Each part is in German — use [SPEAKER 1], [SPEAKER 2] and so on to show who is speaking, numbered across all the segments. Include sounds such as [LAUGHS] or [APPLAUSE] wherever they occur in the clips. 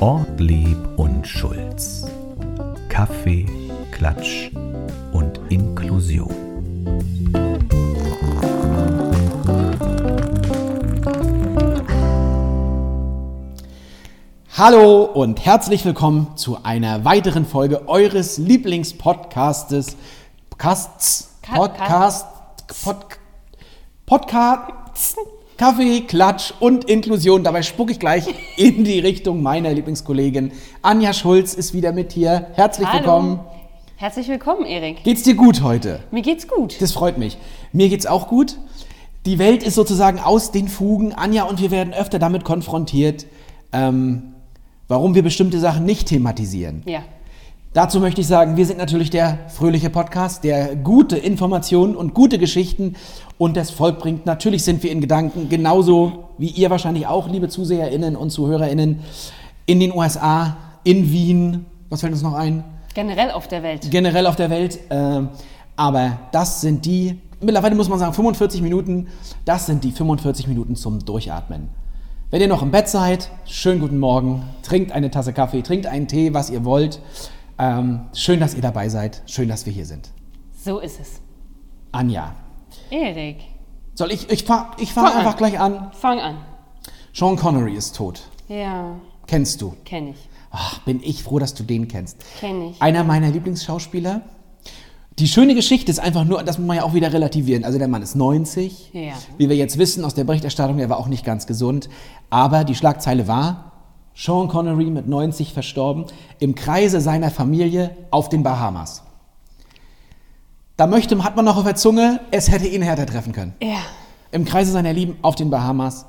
[SPEAKER 1] Ortlieb und Schulz. Kaffee, Klatsch und Inklusion.
[SPEAKER 2] Hallo und herzlich willkommen zu einer weiteren Folge eures Lieblingspodcastes. Podcasts.
[SPEAKER 3] Ka-
[SPEAKER 2] Podcast. Pod, Podcast. Kaffee, Klatsch und Inklusion. Dabei spucke ich gleich in die Richtung meiner Lieblingskollegin. Anja Schulz ist wieder mit hier. Herzlich willkommen.
[SPEAKER 3] Herzlich willkommen, Erik.
[SPEAKER 2] Geht's dir gut heute?
[SPEAKER 3] Mir geht's gut.
[SPEAKER 2] Das freut mich. Mir geht's auch gut. Die Welt ist sozusagen aus den Fugen. Anja und wir werden öfter damit konfrontiert, ähm, warum wir bestimmte Sachen nicht thematisieren.
[SPEAKER 3] Ja.
[SPEAKER 2] Dazu möchte ich sagen, wir sind natürlich der fröhliche Podcast, der gute Informationen und gute Geschichten und das Volk bringt. Natürlich sind wir in Gedanken, genauso wie ihr wahrscheinlich auch, liebe ZuseherInnen und ZuhörerInnen, in den USA, in Wien. Was fällt uns noch ein?
[SPEAKER 3] Generell auf der Welt.
[SPEAKER 2] generell auf der Welt. ähm, aber das sind die, mittlerweile muss man sagen, 45 Minuten, das sind die 45 Minuten zum Durchatmen. Wenn ihr noch im Bett seid, schönen guten Morgen, trinkt eine Tasse Kaffee, trinkt einen Tee, was ihr wollt. Ähm, schön, dass ihr dabei seid, schön, dass wir hier sind.
[SPEAKER 3] So ist es.
[SPEAKER 2] Anja,
[SPEAKER 3] Erik,
[SPEAKER 2] soll ich, ich fahre ich fahr
[SPEAKER 3] Fang an.
[SPEAKER 2] einfach gleich an.
[SPEAKER 3] fang an.
[SPEAKER 2] Sean Connery ist tot,
[SPEAKER 3] Ja,
[SPEAKER 2] kennst du.
[SPEAKER 3] kenn ich.
[SPEAKER 2] Ach, bin ich froh, dass du den kennst.
[SPEAKER 3] Kenn ich.
[SPEAKER 2] Einer meiner Lieblingsschauspieler. Die schöne Geschichte ist einfach nur, das muss man ja auch wieder relativieren. Also der Mann ist 90.
[SPEAKER 3] Ja.
[SPEAKER 2] Wie wir jetzt wissen aus der Berichterstattung, er war auch nicht ganz gesund. Aber die Schlagzeile war, Sean Connery mit 90 verstorben, im Kreise seiner Familie auf den Bahamas. Da möchte, hat man noch auf der Zunge, es hätte ihn härter treffen können.
[SPEAKER 3] Ja.
[SPEAKER 2] Im Kreise seiner Lieben auf den Bahamas,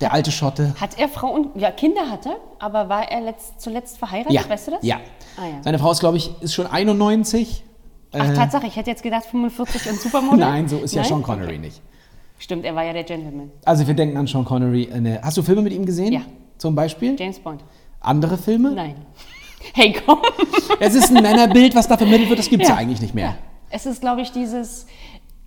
[SPEAKER 2] der alte Schotte.
[SPEAKER 3] Hat er Frau und ja, Kinder hatte, aber war er letzt, zuletzt verheiratet?
[SPEAKER 2] Ja.
[SPEAKER 3] Weißt du das?
[SPEAKER 2] Ja.
[SPEAKER 3] Ah, ja.
[SPEAKER 2] Seine Frau ist, glaube ich, ist schon 91.
[SPEAKER 3] Ach, Tatsache, ich hätte jetzt gedacht 45 und Supermodel.
[SPEAKER 2] Äh. [LAUGHS] Nein, so ist ja
[SPEAKER 3] Nein?
[SPEAKER 2] Sean Connery
[SPEAKER 3] Okay.
[SPEAKER 2] nicht.
[SPEAKER 3] Stimmt, er war ja der Gentleman.
[SPEAKER 2] Also wir denken an Sean Connery. Eine, hast du Filme mit ihm gesehen?
[SPEAKER 3] Ja.
[SPEAKER 2] Zum Beispiel?
[SPEAKER 3] James Bond.
[SPEAKER 2] Andere Filme?
[SPEAKER 3] Nein. [LAUGHS] Hey, komm.
[SPEAKER 2] Es ist ein Männerbild, was da vermittelt wird, das gibt es ja.
[SPEAKER 3] Ja.
[SPEAKER 2] eigentlich nicht mehr.
[SPEAKER 3] Es ist, glaube ich, dieses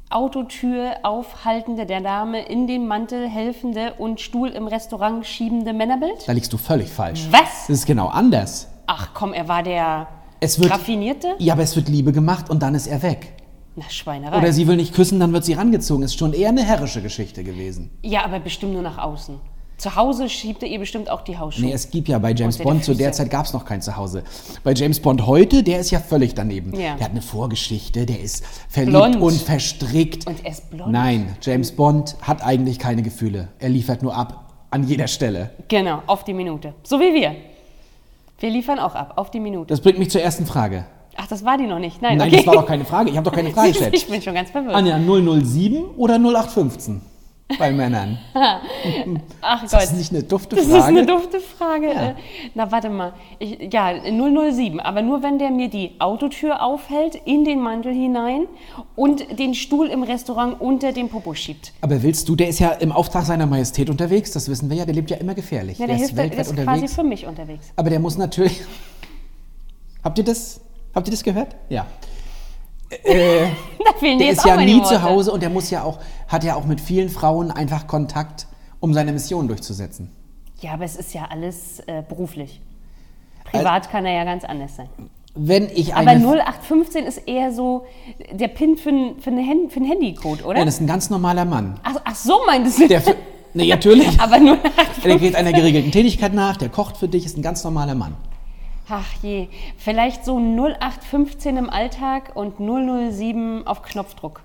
[SPEAKER 3] Autotür aufhaltende der Dame, in den Mantel helfende und Stuhl im Restaurant schiebende Männerbild.
[SPEAKER 2] Da liegst du völlig falsch.
[SPEAKER 3] Was?
[SPEAKER 2] Es ist genau anders.
[SPEAKER 3] Ach komm, er war der
[SPEAKER 2] Es wird,
[SPEAKER 3] Raffinierte?
[SPEAKER 2] ja, aber es wird Liebe gemacht und dann ist er weg.
[SPEAKER 3] Na, Schweinerei.
[SPEAKER 2] Oder sie will nicht küssen, dann wird sie rangezogen. Ist schon eher eine herrische Geschichte gewesen.
[SPEAKER 3] ja, aber bestimmt nur nach außen. Zu Hause schiebt er ihr bestimmt auch die Hausschuhe.
[SPEAKER 2] Nee, es gibt ja bei James
[SPEAKER 3] Unter die
[SPEAKER 2] Bond, zu
[SPEAKER 3] Füße.
[SPEAKER 2] der Zeit gab es noch kein Zuhause. Bei James Bond heute, der ist ja völlig daneben.
[SPEAKER 3] Ja.
[SPEAKER 2] Der hat eine Vorgeschichte, der ist verliebt
[SPEAKER 3] Blond.
[SPEAKER 2] und verstrickt.
[SPEAKER 3] Und er ist blond.
[SPEAKER 2] Nein, James Bond hat eigentlich keine Gefühle. Er liefert nur ab, an jeder Stelle.
[SPEAKER 3] genau, auf die Minute. So wie wir. Wir liefern auch ab, auf die Minute.
[SPEAKER 2] Das bringt mich zur ersten Frage.
[SPEAKER 3] Ach, das war die noch nicht. Nein,
[SPEAKER 2] Nein,
[SPEAKER 3] okay.
[SPEAKER 2] das war doch
[SPEAKER 3] [LAUGHS]
[SPEAKER 2] keine Frage. Ich habe doch keine Frage gestellt.
[SPEAKER 3] Ich bin schon ganz verwirrt.
[SPEAKER 2] Anja, 007 oder 0815 bei Männern?
[SPEAKER 3] Ach Gott.
[SPEAKER 2] Das ist nicht eine dufte Frage.
[SPEAKER 3] Das ist eine dufte Frage.
[SPEAKER 2] Ja.
[SPEAKER 3] Äh, Na, warte mal. Ich, ja, 007, aber nur wenn der mir die Autotür aufhält, in den Mantel hinein und den Stuhl im Restaurant unter den Popo schiebt.
[SPEAKER 2] Aber willst du, der ist ja im Auftrag seiner Majestät unterwegs, das wissen wir ja, der lebt ja immer gefährlich.
[SPEAKER 3] Ja, der, hilft, der ist quasi für mich unterwegs. [LAUGHS]
[SPEAKER 2] Aber der muss natürlich. Habt ihr das? Habt ihr das gehört? Ja.
[SPEAKER 3] Da
[SPEAKER 2] Der
[SPEAKER 3] fehlen dir jetzt
[SPEAKER 2] ist
[SPEAKER 3] auch
[SPEAKER 2] ja
[SPEAKER 3] meine
[SPEAKER 2] nie
[SPEAKER 3] Worte.
[SPEAKER 2] zu Hause und der muss ja auch, hat ja auch mit vielen Frauen einfach Kontakt, um seine Mission durchzusetzen.
[SPEAKER 3] Ja, aber es ist ja alles äh, beruflich. Privat kann er ja ganz anders sein.
[SPEAKER 2] Wenn ich eine.
[SPEAKER 3] Aber 0815 ist eher so der Pin für, ein- für, eine Hand, für einen Handycode, oder?
[SPEAKER 2] Nein, das ist ein ganz normaler Mann.
[SPEAKER 3] ach, ach so, meintest du?
[SPEAKER 2] Der für, [LAUGHS] nee, natürlich.
[SPEAKER 3] [LAUGHS] aber 0815.
[SPEAKER 2] Der geht einer geregelten Tätigkeit nach, der kocht für dich, ist ein ganz normaler Mann.
[SPEAKER 3] Ach je, vielleicht so 0815 im Alltag und 007 auf Knopfdruck.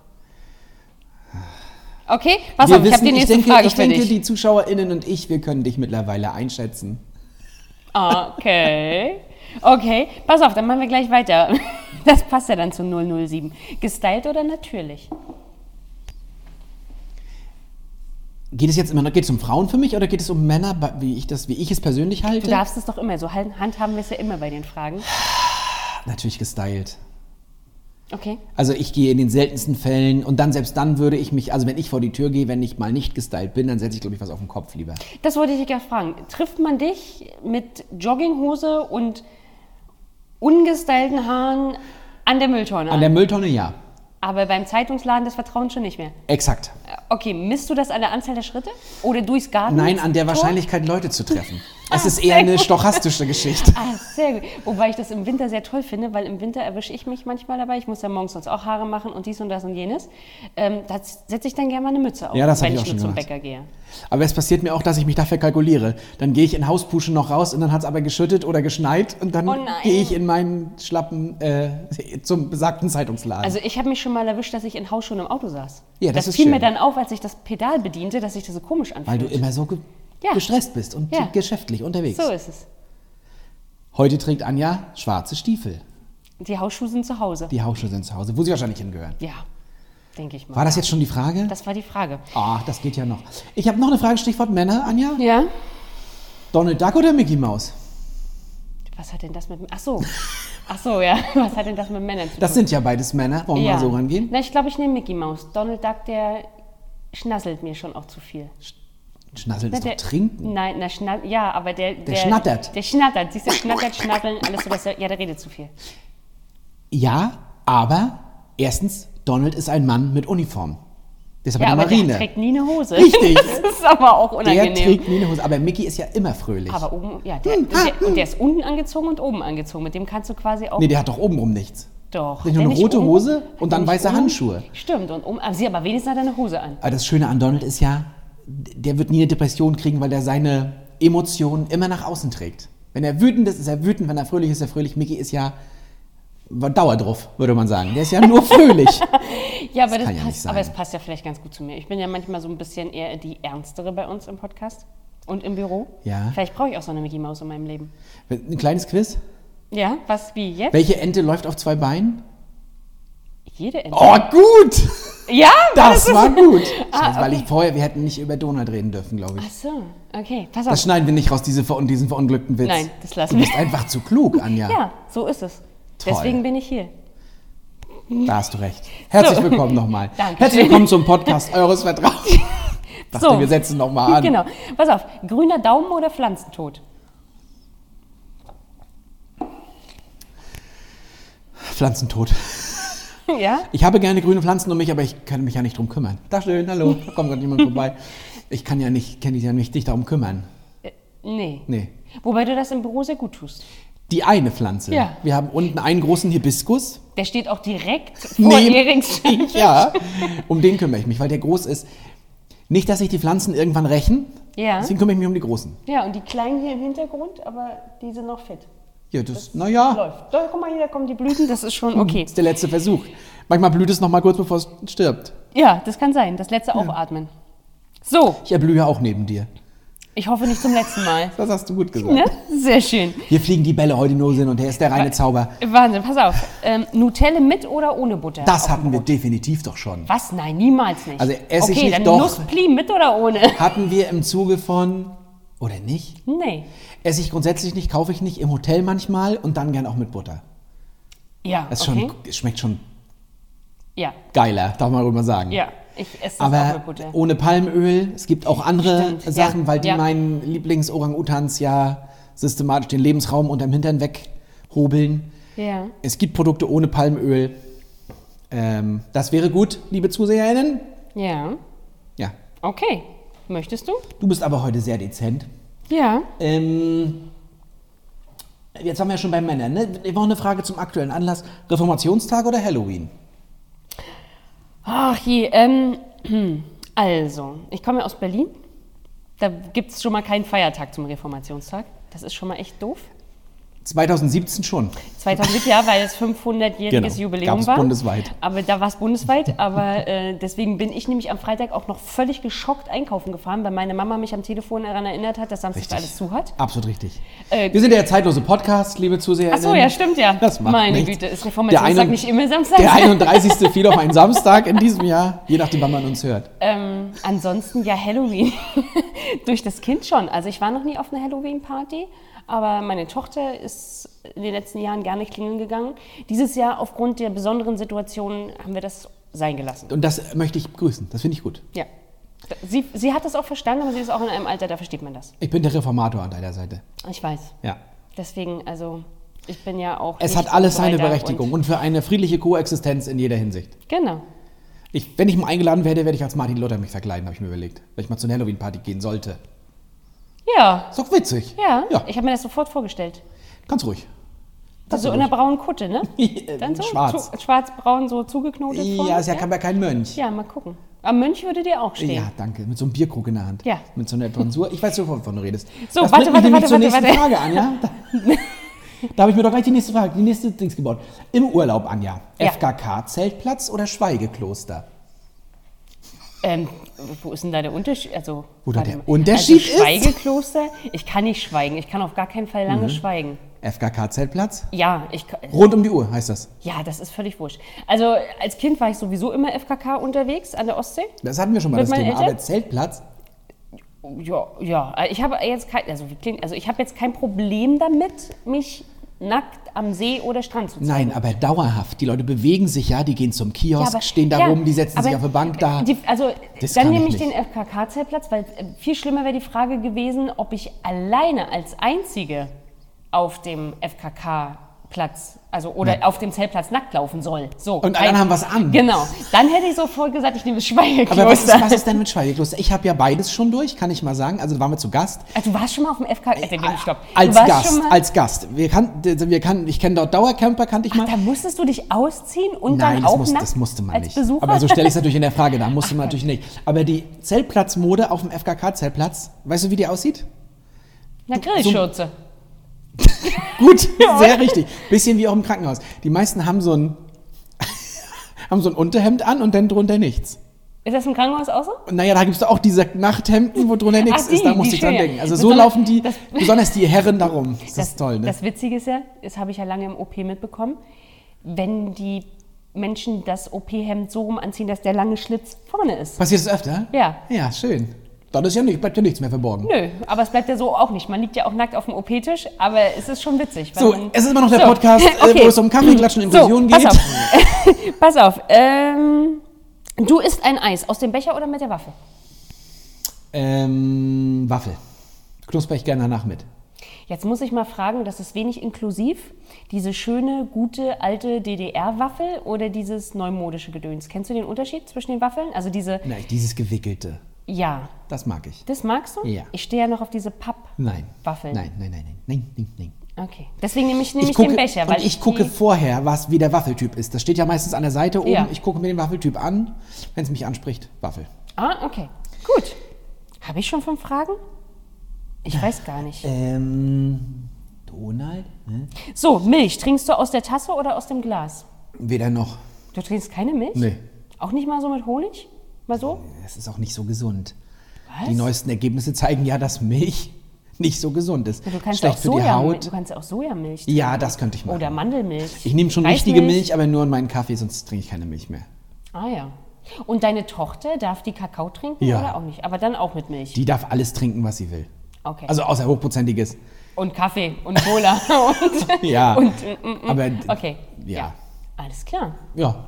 [SPEAKER 3] Okay, pass auf, ich habe die nächste
[SPEAKER 2] denke,
[SPEAKER 3] Frage
[SPEAKER 2] ich
[SPEAKER 3] für
[SPEAKER 2] denke
[SPEAKER 3] dich.
[SPEAKER 2] die ZuschauerInnen und ich, wir können dich mittlerweile einschätzen.
[SPEAKER 3] Okay, okay, pass auf, dann machen wir gleich weiter. [LAUGHS] Das passt ja dann zu 007. Gestylt oder natürlich?
[SPEAKER 2] Geht es jetzt immer noch, geht es um Frauen für mich oder geht es um Männer, wie ich, das, wie ich es persönlich halte?
[SPEAKER 3] Du darfst es doch immer so, hand- handhaben wir es ja immer bei den Fragen.
[SPEAKER 2] Natürlich gestylt.
[SPEAKER 3] Okay,
[SPEAKER 2] Also ich gehe in den seltensten Fällen und dann selbst dann würde ich mich, also wenn ich vor die Tür gehe, wenn ich mal nicht gestylt bin, dann setze ich glaube ich was auf den Kopf lieber.
[SPEAKER 3] das wollte ich dich gerade fragen. Trifft man dich mit Jogginghose und ungestylten Haaren an der Mülltonne
[SPEAKER 2] An der Mülltonne ja,
[SPEAKER 3] Aber beim Zeitungsladen des Vertrauens schon nicht mehr.
[SPEAKER 2] exakt.
[SPEAKER 3] Okay, misst du das an der Anzahl der Schritte? Oder durchs Garten?
[SPEAKER 2] Nein, an der Wahrscheinlichkeit, Leute zu
[SPEAKER 3] [LAUGHS]
[SPEAKER 2] treffen. Es ist eher eine stochastische Geschichte.
[SPEAKER 3] Ah, sehr gut. Wobei ich das im Winter sehr toll finde, weil im Winter erwische ich mich manchmal dabei. Ich muss ja morgens sonst auch Haare machen und dies und das und jenes. Ähm, da setze ich dann gerne mal eine Mütze auf,
[SPEAKER 2] Ja, das hab
[SPEAKER 3] wenn
[SPEAKER 2] ich
[SPEAKER 3] ich,
[SPEAKER 2] auch schon
[SPEAKER 3] nur zum
[SPEAKER 2] gemacht.
[SPEAKER 3] Bäcker gehe.
[SPEAKER 2] Aber es passiert mir auch, dass ich mich dafür kalkuliere. Dann gehe ich in Hauspuschen noch raus und dann hat es aber geschüttet oder geschneit und dann
[SPEAKER 3] Oh nein.
[SPEAKER 2] gehe ich in meinen Schlappen äh, [LAUGHS] zum besagten Zeitungsladen.
[SPEAKER 3] Also ich habe mich schon mal erwischt, dass ich in Hausschuhen im Auto saß.
[SPEAKER 2] Ja, das
[SPEAKER 3] das
[SPEAKER 2] ist
[SPEAKER 3] fiel
[SPEAKER 2] schön.
[SPEAKER 3] mir dann auf, als ich das Pedal bediente, dass ich das so komisch anfühlt.
[SPEAKER 2] weil du immer so ge
[SPEAKER 3] Ja.
[SPEAKER 2] gestresst bist und
[SPEAKER 3] Ja.
[SPEAKER 2] geschäftlich unterwegs.
[SPEAKER 3] so ist es.
[SPEAKER 2] Heute trägt Anja schwarze Stiefel.
[SPEAKER 3] Die Hausschuhe sind zu Hause.
[SPEAKER 2] Die Hausschuhe sind zu Hause, wo sie wahrscheinlich hingehören.
[SPEAKER 3] Ja, denke ich mal.
[SPEAKER 2] War das jetzt schon die Frage?
[SPEAKER 3] Das war die Frage.
[SPEAKER 2] Ah, das geht ja noch. Ich habe noch eine Frage, Stichwort Männer, Anja.
[SPEAKER 3] Ja?
[SPEAKER 2] Donald Duck oder Mickey Mouse?
[SPEAKER 3] Was hat denn das mit... Ach so. Ach so, ja. [LAUGHS] Was hat denn das mit Männern zu tun?
[SPEAKER 2] Das sind ja beides Männer, wollen wir
[SPEAKER 3] ja.
[SPEAKER 2] mal so rangehen.
[SPEAKER 3] Na, ich glaube, ich nehme Mickey Mouse. Donald Duck, der schnasselt mir schon auch zu viel.
[SPEAKER 2] Schnasseln ist
[SPEAKER 3] Na,
[SPEAKER 2] doch trinken.
[SPEAKER 3] Nein, na, schna ja, aber der, der...
[SPEAKER 2] schnattert.
[SPEAKER 3] Der schnattert. Siehst du, schnattert, schnatteln, alles so, dass er... Ja, der redet zu viel.
[SPEAKER 2] Ja, aber erstens, Donald ist ein Mann mit Uniform. Der ist aber in
[SPEAKER 3] Ja, aber
[SPEAKER 2] der Marine.
[SPEAKER 3] der trägt nie eine Hose.
[SPEAKER 2] Richtig.
[SPEAKER 3] [LAUGHS] Das ist aber auch
[SPEAKER 2] der
[SPEAKER 3] unangenehm.
[SPEAKER 2] trägt nie eine Hose. Aber Mickey ist ja immer fröhlich.
[SPEAKER 3] aber oben, ja, der,
[SPEAKER 2] Hm,
[SPEAKER 3] und
[SPEAKER 2] ha,
[SPEAKER 3] der, und der ist unten angezogen und oben angezogen. Mit dem kannst du quasi auch
[SPEAKER 2] nee, der hat doch obenrum nichts.
[SPEAKER 3] Doch.
[SPEAKER 2] Nicht nur
[SPEAKER 3] Der
[SPEAKER 2] eine rote
[SPEAKER 3] um-
[SPEAKER 2] Hose
[SPEAKER 3] hat
[SPEAKER 2] und
[SPEAKER 3] der
[SPEAKER 2] dann
[SPEAKER 3] nicht
[SPEAKER 2] weiße
[SPEAKER 3] um-
[SPEAKER 2] Handschuhe.
[SPEAKER 3] Stimmt, und um, aber sie aber wenigstens hat er eine Hose an.
[SPEAKER 2] Aber das Schöne an Donald ist ja, der wird nie eine Depression kriegen, weil er seine Emotionen immer nach außen trägt. Wenn er wütend ist, ist er wütend. Wenn er fröhlich ist, ist er fröhlich. Mickey ist ja Dauer drauf, würde man sagen. Der ist ja nur
[SPEAKER 3] [LAUGHS]
[SPEAKER 2] fröhlich.
[SPEAKER 3] Ja, aber
[SPEAKER 2] Das
[SPEAKER 3] das,
[SPEAKER 2] kann ja nicht
[SPEAKER 3] passt,
[SPEAKER 2] sein.
[SPEAKER 3] aber es passt ja vielleicht ganz gut zu mir. Ich bin ja manchmal so ein bisschen eher die Ernstere bei uns im Podcast und im Büro.
[SPEAKER 2] Ja.
[SPEAKER 3] Vielleicht brauche ich auch so eine Mickey Maus in meinem Leben.
[SPEAKER 2] Ein kleines Quiz.
[SPEAKER 3] Ja, was, wie, jetzt?
[SPEAKER 2] Welche Ente läuft auf zwei Beinen?
[SPEAKER 3] Jede Ente.
[SPEAKER 2] Oh,
[SPEAKER 3] [LAUGHS]
[SPEAKER 2] gut!
[SPEAKER 3] Ja,
[SPEAKER 2] Das
[SPEAKER 3] ist-
[SPEAKER 2] war gut.
[SPEAKER 3] [LAUGHS] Ah,
[SPEAKER 2] Scheiße, Weil ich vorher, wir hätten nicht über Donald reden dürfen, glaube ich.
[SPEAKER 3] Ach so, okay, pass auf.
[SPEAKER 2] Das schneiden wir nicht raus, diese ver diesen verunglückten Witz.
[SPEAKER 3] Ah. Nein, das lassen
[SPEAKER 2] Du bist
[SPEAKER 3] wir.
[SPEAKER 2] einfach zu klug, Anja.
[SPEAKER 3] Ja, so ist es.
[SPEAKER 2] Toll.
[SPEAKER 3] Deswegen bin ich hier.
[SPEAKER 2] Da hast du recht. Herzlich
[SPEAKER 3] So.
[SPEAKER 2] willkommen nochmal.
[SPEAKER 3] [LAUGHS] Dankeschön.
[SPEAKER 2] Herzlich willkommen zum
[SPEAKER 3] [LAUGHS]
[SPEAKER 2] Podcast Eures Vertrauens. Dachte,
[SPEAKER 3] So.
[SPEAKER 2] wir setzen nochmal an.
[SPEAKER 3] Genau. Pass auf, grüner Daumen oder Pflanzentod? [LAUGHS]
[SPEAKER 2] Pflanzentod.
[SPEAKER 3] ja?
[SPEAKER 2] Ich habe gerne grüne Pflanzen um mich, aber ich kann mich ja nicht drum kümmern. Da schön,
[SPEAKER 3] [LAUGHS]
[SPEAKER 2] hallo. Da kommt gerade jemand vorbei. Ich kann ja nicht, kann mich ja nicht dich darum kümmern.
[SPEAKER 3] Äh, Nee.
[SPEAKER 2] Nee.
[SPEAKER 3] Wobei du das im Büro sehr gut tust.
[SPEAKER 2] Die eine Pflanze.
[SPEAKER 3] Ja.
[SPEAKER 2] Wir haben unten einen großen Hibiskus.
[SPEAKER 3] Der steht auch direkt vor
[SPEAKER 2] Neben-
[SPEAKER 3] Erings.
[SPEAKER 2] [LAUGHS] ja. Um den kümmere ich mich, weil der groß ist. Nicht, dass sich die Pflanzen irgendwann rächen.
[SPEAKER 3] Ja.
[SPEAKER 2] Deswegen kümmere ich mich um die großen.
[SPEAKER 3] Ja, und die Kleinen hier im Hintergrund, aber die sind noch fit.
[SPEAKER 2] Ja, das, naja,
[SPEAKER 3] Läuft. Da, guck mal, hier da kommen die Blüten, das ist schon okay.
[SPEAKER 2] ist der letzte Versuch. Manchmal blüht es noch mal kurz, bevor es stirbt.
[SPEAKER 3] Ja, das kann sein. Das letzte Aufatmen. So,
[SPEAKER 2] Ich erblühe auch neben dir.
[SPEAKER 3] ich hoffe nicht zum
[SPEAKER 2] [LAUGHS]
[SPEAKER 3] letzten Mal.
[SPEAKER 2] Das hast du gut
[SPEAKER 3] [LAUGHS]
[SPEAKER 2] gesagt.
[SPEAKER 3] Ne? Sehr schön.
[SPEAKER 2] Hier fliegen die Bälle heute nur hin und her. Ist der
[SPEAKER 3] Äh.
[SPEAKER 2] reine Zauber.
[SPEAKER 3] Wahnsinn, pass auf. Ähm, Nutelle mit oder ohne Butter?
[SPEAKER 2] Das
[SPEAKER 3] auf dem
[SPEAKER 2] hatten wir
[SPEAKER 3] Brot?
[SPEAKER 2] definitiv doch schon.
[SPEAKER 3] Was? Nein, niemals nicht.
[SPEAKER 2] Also esse ich
[SPEAKER 3] okay,
[SPEAKER 2] nicht,
[SPEAKER 3] dann
[SPEAKER 2] doch.
[SPEAKER 3] Nusspli mit oder ohne? [LAUGHS]
[SPEAKER 2] Hatten wir im Zuge von oder nicht?
[SPEAKER 3] Nee.
[SPEAKER 2] Esse ich grundsätzlich nicht, kaufe ich nicht im Hotel manchmal und dann gern auch mit Butter.
[SPEAKER 3] Ja,
[SPEAKER 2] Das ist
[SPEAKER 3] okay.
[SPEAKER 2] schon, es schmeckt schon
[SPEAKER 3] Ja,
[SPEAKER 2] geiler, darf man rüber sagen.
[SPEAKER 3] ja. Ich esse das auch
[SPEAKER 2] Aber oh.
[SPEAKER 3] mit Butter.
[SPEAKER 2] ohne Palmöl, es gibt auch andere
[SPEAKER 3] Stimmt,
[SPEAKER 2] Sachen,
[SPEAKER 3] ja,
[SPEAKER 2] weil die
[SPEAKER 3] ja.
[SPEAKER 2] meinen Lieblings-Orang-Utans ja systematisch den Lebensraum unterm Hintern weghobeln.
[SPEAKER 3] Ja.
[SPEAKER 2] Es gibt Produkte ohne Palmöl. Ähm, das wäre gut, liebe ZuseherInnen.
[SPEAKER 3] Ja.
[SPEAKER 2] Ja,
[SPEAKER 3] Okay. Möchtest du?
[SPEAKER 2] du bist aber heute sehr dezent.
[SPEAKER 3] Ja.
[SPEAKER 2] Ähm, jetzt waren wir ja schon bei Männern. Ne? Ich brauche eine Frage zum aktuellen Anlass. Reformationstag oder Halloween?
[SPEAKER 3] Ach je, ähm, [CLEARS THROAT] also, ich komme ja aus Berlin. Da gibt es schon mal keinen Feiertag zum Reformationstag. Das ist schon mal echt doof.
[SPEAKER 2] 2017 schon.
[SPEAKER 3] 2007, ja, weil es 500-jähriges
[SPEAKER 2] Genau,
[SPEAKER 3] Jubiläum
[SPEAKER 2] gab's
[SPEAKER 3] war.
[SPEAKER 2] bundesweit.
[SPEAKER 3] Aber da war es bundesweit. Aber äh, deswegen bin ich nämlich am Freitag auch noch völlig geschockt einkaufen gefahren, weil meine Mama mich am Telefon daran erinnert hat, dass Samstag alles zu hat.
[SPEAKER 2] Absolut richtig.
[SPEAKER 3] Äh,
[SPEAKER 2] wir sind ja der zeitlose Podcast, liebe Zuseher.
[SPEAKER 3] Ach so, ja, stimmt ja.
[SPEAKER 2] Das macht
[SPEAKER 3] Meine
[SPEAKER 2] nichts.
[SPEAKER 3] Güte, ist
[SPEAKER 2] Der
[SPEAKER 3] Reformationstag
[SPEAKER 2] einund-
[SPEAKER 3] nicht immer Samstag? [LAUGHS]
[SPEAKER 2] Der 31. fiel auf einen Samstag in diesem Jahr, je nachdem, wann man uns hört.
[SPEAKER 3] Ähm, ansonsten ja Halloween. [LAUGHS] Durch das Kind schon. Also ich war noch nie auf einer Halloween-Party, aber meine Tochter ist in den letzten Jahren gar nicht klingeln gegangen. Dieses Jahr aufgrund der besonderen Situation haben wir das sein gelassen.
[SPEAKER 2] Und das möchte ich begrüßen. Das finde ich gut.
[SPEAKER 3] Ja. Sie, sie hat das auch verstanden, aber sie ist auch in einem Alter, da versteht man das.
[SPEAKER 2] Ich bin der Reformator an deiner Seite.
[SPEAKER 3] Ich weiß.
[SPEAKER 2] Ja.
[SPEAKER 3] Deswegen, also ich bin ja auch.
[SPEAKER 2] Es
[SPEAKER 3] nicht
[SPEAKER 2] hat alles
[SPEAKER 3] und so
[SPEAKER 2] seine
[SPEAKER 3] weiter
[SPEAKER 2] Berechtigung und für eine friedliche Koexistenz in jeder Hinsicht.
[SPEAKER 3] Und, genau.
[SPEAKER 2] Ich, wenn ich mal eingeladen werde, werde ich als Martin Luther mich verkleiden, habe ich mir überlegt. Wenn ich mal zu einer Halloween-Party gehen sollte.
[SPEAKER 3] Ja,
[SPEAKER 2] Ist doch witzig.
[SPEAKER 3] ja.
[SPEAKER 2] Ja,
[SPEAKER 3] Ich habe mir das sofort vorgestellt.
[SPEAKER 2] ganz ruhig. Äh,
[SPEAKER 3] Also so in einer braunen
[SPEAKER 2] [LAUGHS]
[SPEAKER 3] Kutte, ne? Dann so
[SPEAKER 2] Schwarz.
[SPEAKER 3] zu- Schwarz-braun so zugeknotet. vorne,
[SPEAKER 2] Ja, ist ja, kein- kein Mönch.
[SPEAKER 3] ja, mal gucken. Am Mönch würde dir auch stehen.
[SPEAKER 2] Ja, danke. Mit so einem Bierkrug in der Hand.
[SPEAKER 3] Ja.
[SPEAKER 2] Mit so einer Tonsur. Ich weiß sofort, wovon du redest.
[SPEAKER 3] So,
[SPEAKER 2] das
[SPEAKER 3] warte,
[SPEAKER 2] bringt
[SPEAKER 3] warte,
[SPEAKER 2] mich nämlich
[SPEAKER 3] warte,
[SPEAKER 2] zur nächsten
[SPEAKER 3] warte, warte.
[SPEAKER 2] Frage, Anja. Da,
[SPEAKER 3] [LAUGHS]
[SPEAKER 2] da habe ich mir doch gleich die nächste Frage, die nächste Dings gebaut. Im Urlaub, Anja.
[SPEAKER 3] Ja.
[SPEAKER 2] FKK, Zeltplatz oder Schweigekloster?
[SPEAKER 3] Ähm, wo ist denn da der Unterschied? Also,
[SPEAKER 2] Wo da
[SPEAKER 3] warte
[SPEAKER 2] der
[SPEAKER 3] mal.
[SPEAKER 2] Unterschied ist?
[SPEAKER 3] also, Schweigekloster? Ich kann nicht schweigen. Ich kann auf gar keinen Fall
[SPEAKER 2] Mhm.
[SPEAKER 3] lange schweigen.
[SPEAKER 2] FKK, Zeltplatz?
[SPEAKER 3] Ja, ich, ka-
[SPEAKER 2] Rund um die Uhr heißt das.
[SPEAKER 3] ja, das ist völlig wurscht. Also als Kind war ich sowieso immer FKK unterwegs an der Ostsee.
[SPEAKER 2] Das hatten wir schon mal,
[SPEAKER 3] Mit
[SPEAKER 2] das
[SPEAKER 3] meinen
[SPEAKER 2] Thema.
[SPEAKER 3] Eltern?
[SPEAKER 2] Aber Zeltplatz?
[SPEAKER 3] Ja, ja. Ich habe jetzt kein, also, wie klingt, also ich habe jetzt kein Problem damit, mich nackt am See oder Strand zu zeigen.
[SPEAKER 2] Nein, aber dauerhaft. Die Leute bewegen sich ja, die gehen zum Kiosk,
[SPEAKER 3] Ja, aber-
[SPEAKER 2] stehen da
[SPEAKER 3] ja,
[SPEAKER 2] rum, die setzen sich
[SPEAKER 3] aber
[SPEAKER 2] auf eine Bank da.
[SPEAKER 3] Die, also,
[SPEAKER 2] Das
[SPEAKER 3] dann
[SPEAKER 2] kann
[SPEAKER 3] nehme
[SPEAKER 2] ich
[SPEAKER 3] ich den FKK-Zeltplatz, weil äh, viel schlimmer wäre die Frage gewesen, ob ich alleine als Einzige auf dem FKK-Platz, also oder auf dem Zeltplatz nackt laufen soll. So,
[SPEAKER 2] Und alle haben was an.
[SPEAKER 3] Genau. Dann hätte ich sofort gesagt, ich nehme das Schweigekloster.
[SPEAKER 2] aber was ist, was ist denn mit Schweigekloster? Ich habe ja beides schon durch, kann ich mal sagen. Also da waren wir zu Gast. Ah,
[SPEAKER 3] also, du warst schon mal auf dem FKK. Äh, nee, stopp.
[SPEAKER 2] Als
[SPEAKER 3] du warst
[SPEAKER 2] Gast,
[SPEAKER 3] Schon mal,
[SPEAKER 2] als Gast. Wir kan wir kan ich kenne dort Dauercamper, kannte ich mal.
[SPEAKER 3] da musstest du dich ausziehen und
[SPEAKER 2] Nein,
[SPEAKER 3] dann
[SPEAKER 2] das,
[SPEAKER 3] auch
[SPEAKER 2] muss,
[SPEAKER 3] nackt
[SPEAKER 2] das musste man
[SPEAKER 3] als
[SPEAKER 2] nicht.
[SPEAKER 3] Besucher.
[SPEAKER 2] Aber so stelle
[SPEAKER 3] [LAUGHS]
[SPEAKER 2] ich es natürlich in der Frage dar. Musste man natürlich nicht. Aber die Zeltplatzmode auf dem FKK-Zeltplatz, weißt du, wie die aussieht?
[SPEAKER 3] [LAUGHS] Na, Grillschürze.
[SPEAKER 2] Gut,
[SPEAKER 3] [LAUGHS]
[SPEAKER 2] sehr richtig. Bisschen wie auch im Krankenhaus. Die meisten haben so ein, [LAUGHS] haben so ein Unterhemd an und dann drunter nichts.
[SPEAKER 3] Ist das im Krankenhaus auch so?
[SPEAKER 2] Und naja, da gibt es auch diese Nachthemden, wo drunter nichts
[SPEAKER 3] Ach, die,
[SPEAKER 2] ist. Da musste
[SPEAKER 3] die
[SPEAKER 2] ich dran
[SPEAKER 3] schönen.
[SPEAKER 2] denken. Also
[SPEAKER 3] Das
[SPEAKER 2] so
[SPEAKER 3] ist-
[SPEAKER 2] laufen die,
[SPEAKER 3] das-
[SPEAKER 2] besonders die Herren darum. Das, ist toll, ne?
[SPEAKER 3] Das Witzige ist ja, das habe ich ja lange im OP mitbekommen, wenn die Menschen das OP-Hemd so rum anziehen, dass der lange Schlitz vorne ist.
[SPEAKER 2] Passiert das öfter?
[SPEAKER 3] Ja.
[SPEAKER 2] Ja, schön. Dann ist ja nicht, bleibt ja nichts mehr verborgen.
[SPEAKER 3] Nö, aber es bleibt ja so auch nicht. Man liegt ja auch nackt auf dem OP-Tisch, aber es ist schon witzig. weil
[SPEAKER 2] So,
[SPEAKER 3] man
[SPEAKER 2] es ist immer noch der
[SPEAKER 3] So, [LAUGHS]
[SPEAKER 2] Podcast, äh,
[SPEAKER 3] okay.
[SPEAKER 2] wo es um Kaffeeklatschen und Inklusion
[SPEAKER 3] pass
[SPEAKER 2] geht.
[SPEAKER 3] Auf. [LAUGHS] pass auf. Ähm, du isst ein Eis aus dem Becher oder mit der Waffe?
[SPEAKER 2] Ähm, Waffel. Knusper ich gerne danach mit.
[SPEAKER 3] Jetzt muss ich mal fragen, das ist wenig inklusiv. Diese schöne, gute, alte DDR-Waffel oder dieses neumodische Gedöns. Kennst du den Unterschied zwischen den Waffeln? Also diese,
[SPEAKER 2] Nein, dieses Gewickelte.
[SPEAKER 3] ja,
[SPEAKER 2] Das mag ich.
[SPEAKER 3] das magst du?
[SPEAKER 2] Ja.
[SPEAKER 3] Ich stehe ja noch auf diese Papp.
[SPEAKER 2] Nein.
[SPEAKER 3] Waffeln.
[SPEAKER 2] Nein, nein, nein, nein, nein, nein, nein.
[SPEAKER 3] Okay. Deswegen nehme ich, nehme ich, den Becher.
[SPEAKER 2] und ich gucke
[SPEAKER 3] die-
[SPEAKER 2] vorher, was, wie der Waffeltyp ist. Das steht ja meistens an der Seite oben.
[SPEAKER 3] Ja.
[SPEAKER 2] Ich gucke mir den Waffeltyp an. Wenn es mich anspricht, Waffel.
[SPEAKER 3] Ah, okay. Gut. Habe ich schon fünf Fragen? Ich weiß gar nicht.
[SPEAKER 2] Äh. Ähm, Donald? Hm?
[SPEAKER 3] So, Milch. Trinkst du aus der Tasse oder aus dem Glas?
[SPEAKER 2] Weder noch.
[SPEAKER 3] Du trinkst keine Milch?
[SPEAKER 2] Nee.
[SPEAKER 3] Auch nicht mal so mit Honig? Mal so?
[SPEAKER 2] Es ist auch nicht so gesund.
[SPEAKER 3] Was?
[SPEAKER 2] Die neuesten Ergebnisse zeigen ja, dass Milch nicht so gesund ist.
[SPEAKER 3] Du kannst
[SPEAKER 2] Schlecht
[SPEAKER 3] auch
[SPEAKER 2] für die
[SPEAKER 3] Sojamilch-
[SPEAKER 2] Haut.
[SPEAKER 3] Du kannst ja auch Sojamilch trinken.
[SPEAKER 2] Ja, das könnte ich machen.
[SPEAKER 3] Oder Mandelmilch.
[SPEAKER 2] Ich nehme schon richtige
[SPEAKER 3] Reismilch.
[SPEAKER 2] Milch, aber nur in meinen Kaffee, sonst trinke ich keine Milch mehr.
[SPEAKER 3] Ah ja. Und deine Tochter darf die Kakao trinken
[SPEAKER 2] Ja.
[SPEAKER 3] oder auch nicht? Aber dann auch mit Milch.
[SPEAKER 2] Die darf alles trinken, was sie will.
[SPEAKER 3] okay.
[SPEAKER 2] Also außer hochprozentiges.
[SPEAKER 3] und Kaffee und
[SPEAKER 2] [LAUGHS]
[SPEAKER 3] Cola und
[SPEAKER 2] Ja.
[SPEAKER 3] Und, mm, mm,
[SPEAKER 2] aber
[SPEAKER 3] okay.
[SPEAKER 2] Ja.
[SPEAKER 3] Alles klar.
[SPEAKER 2] ja.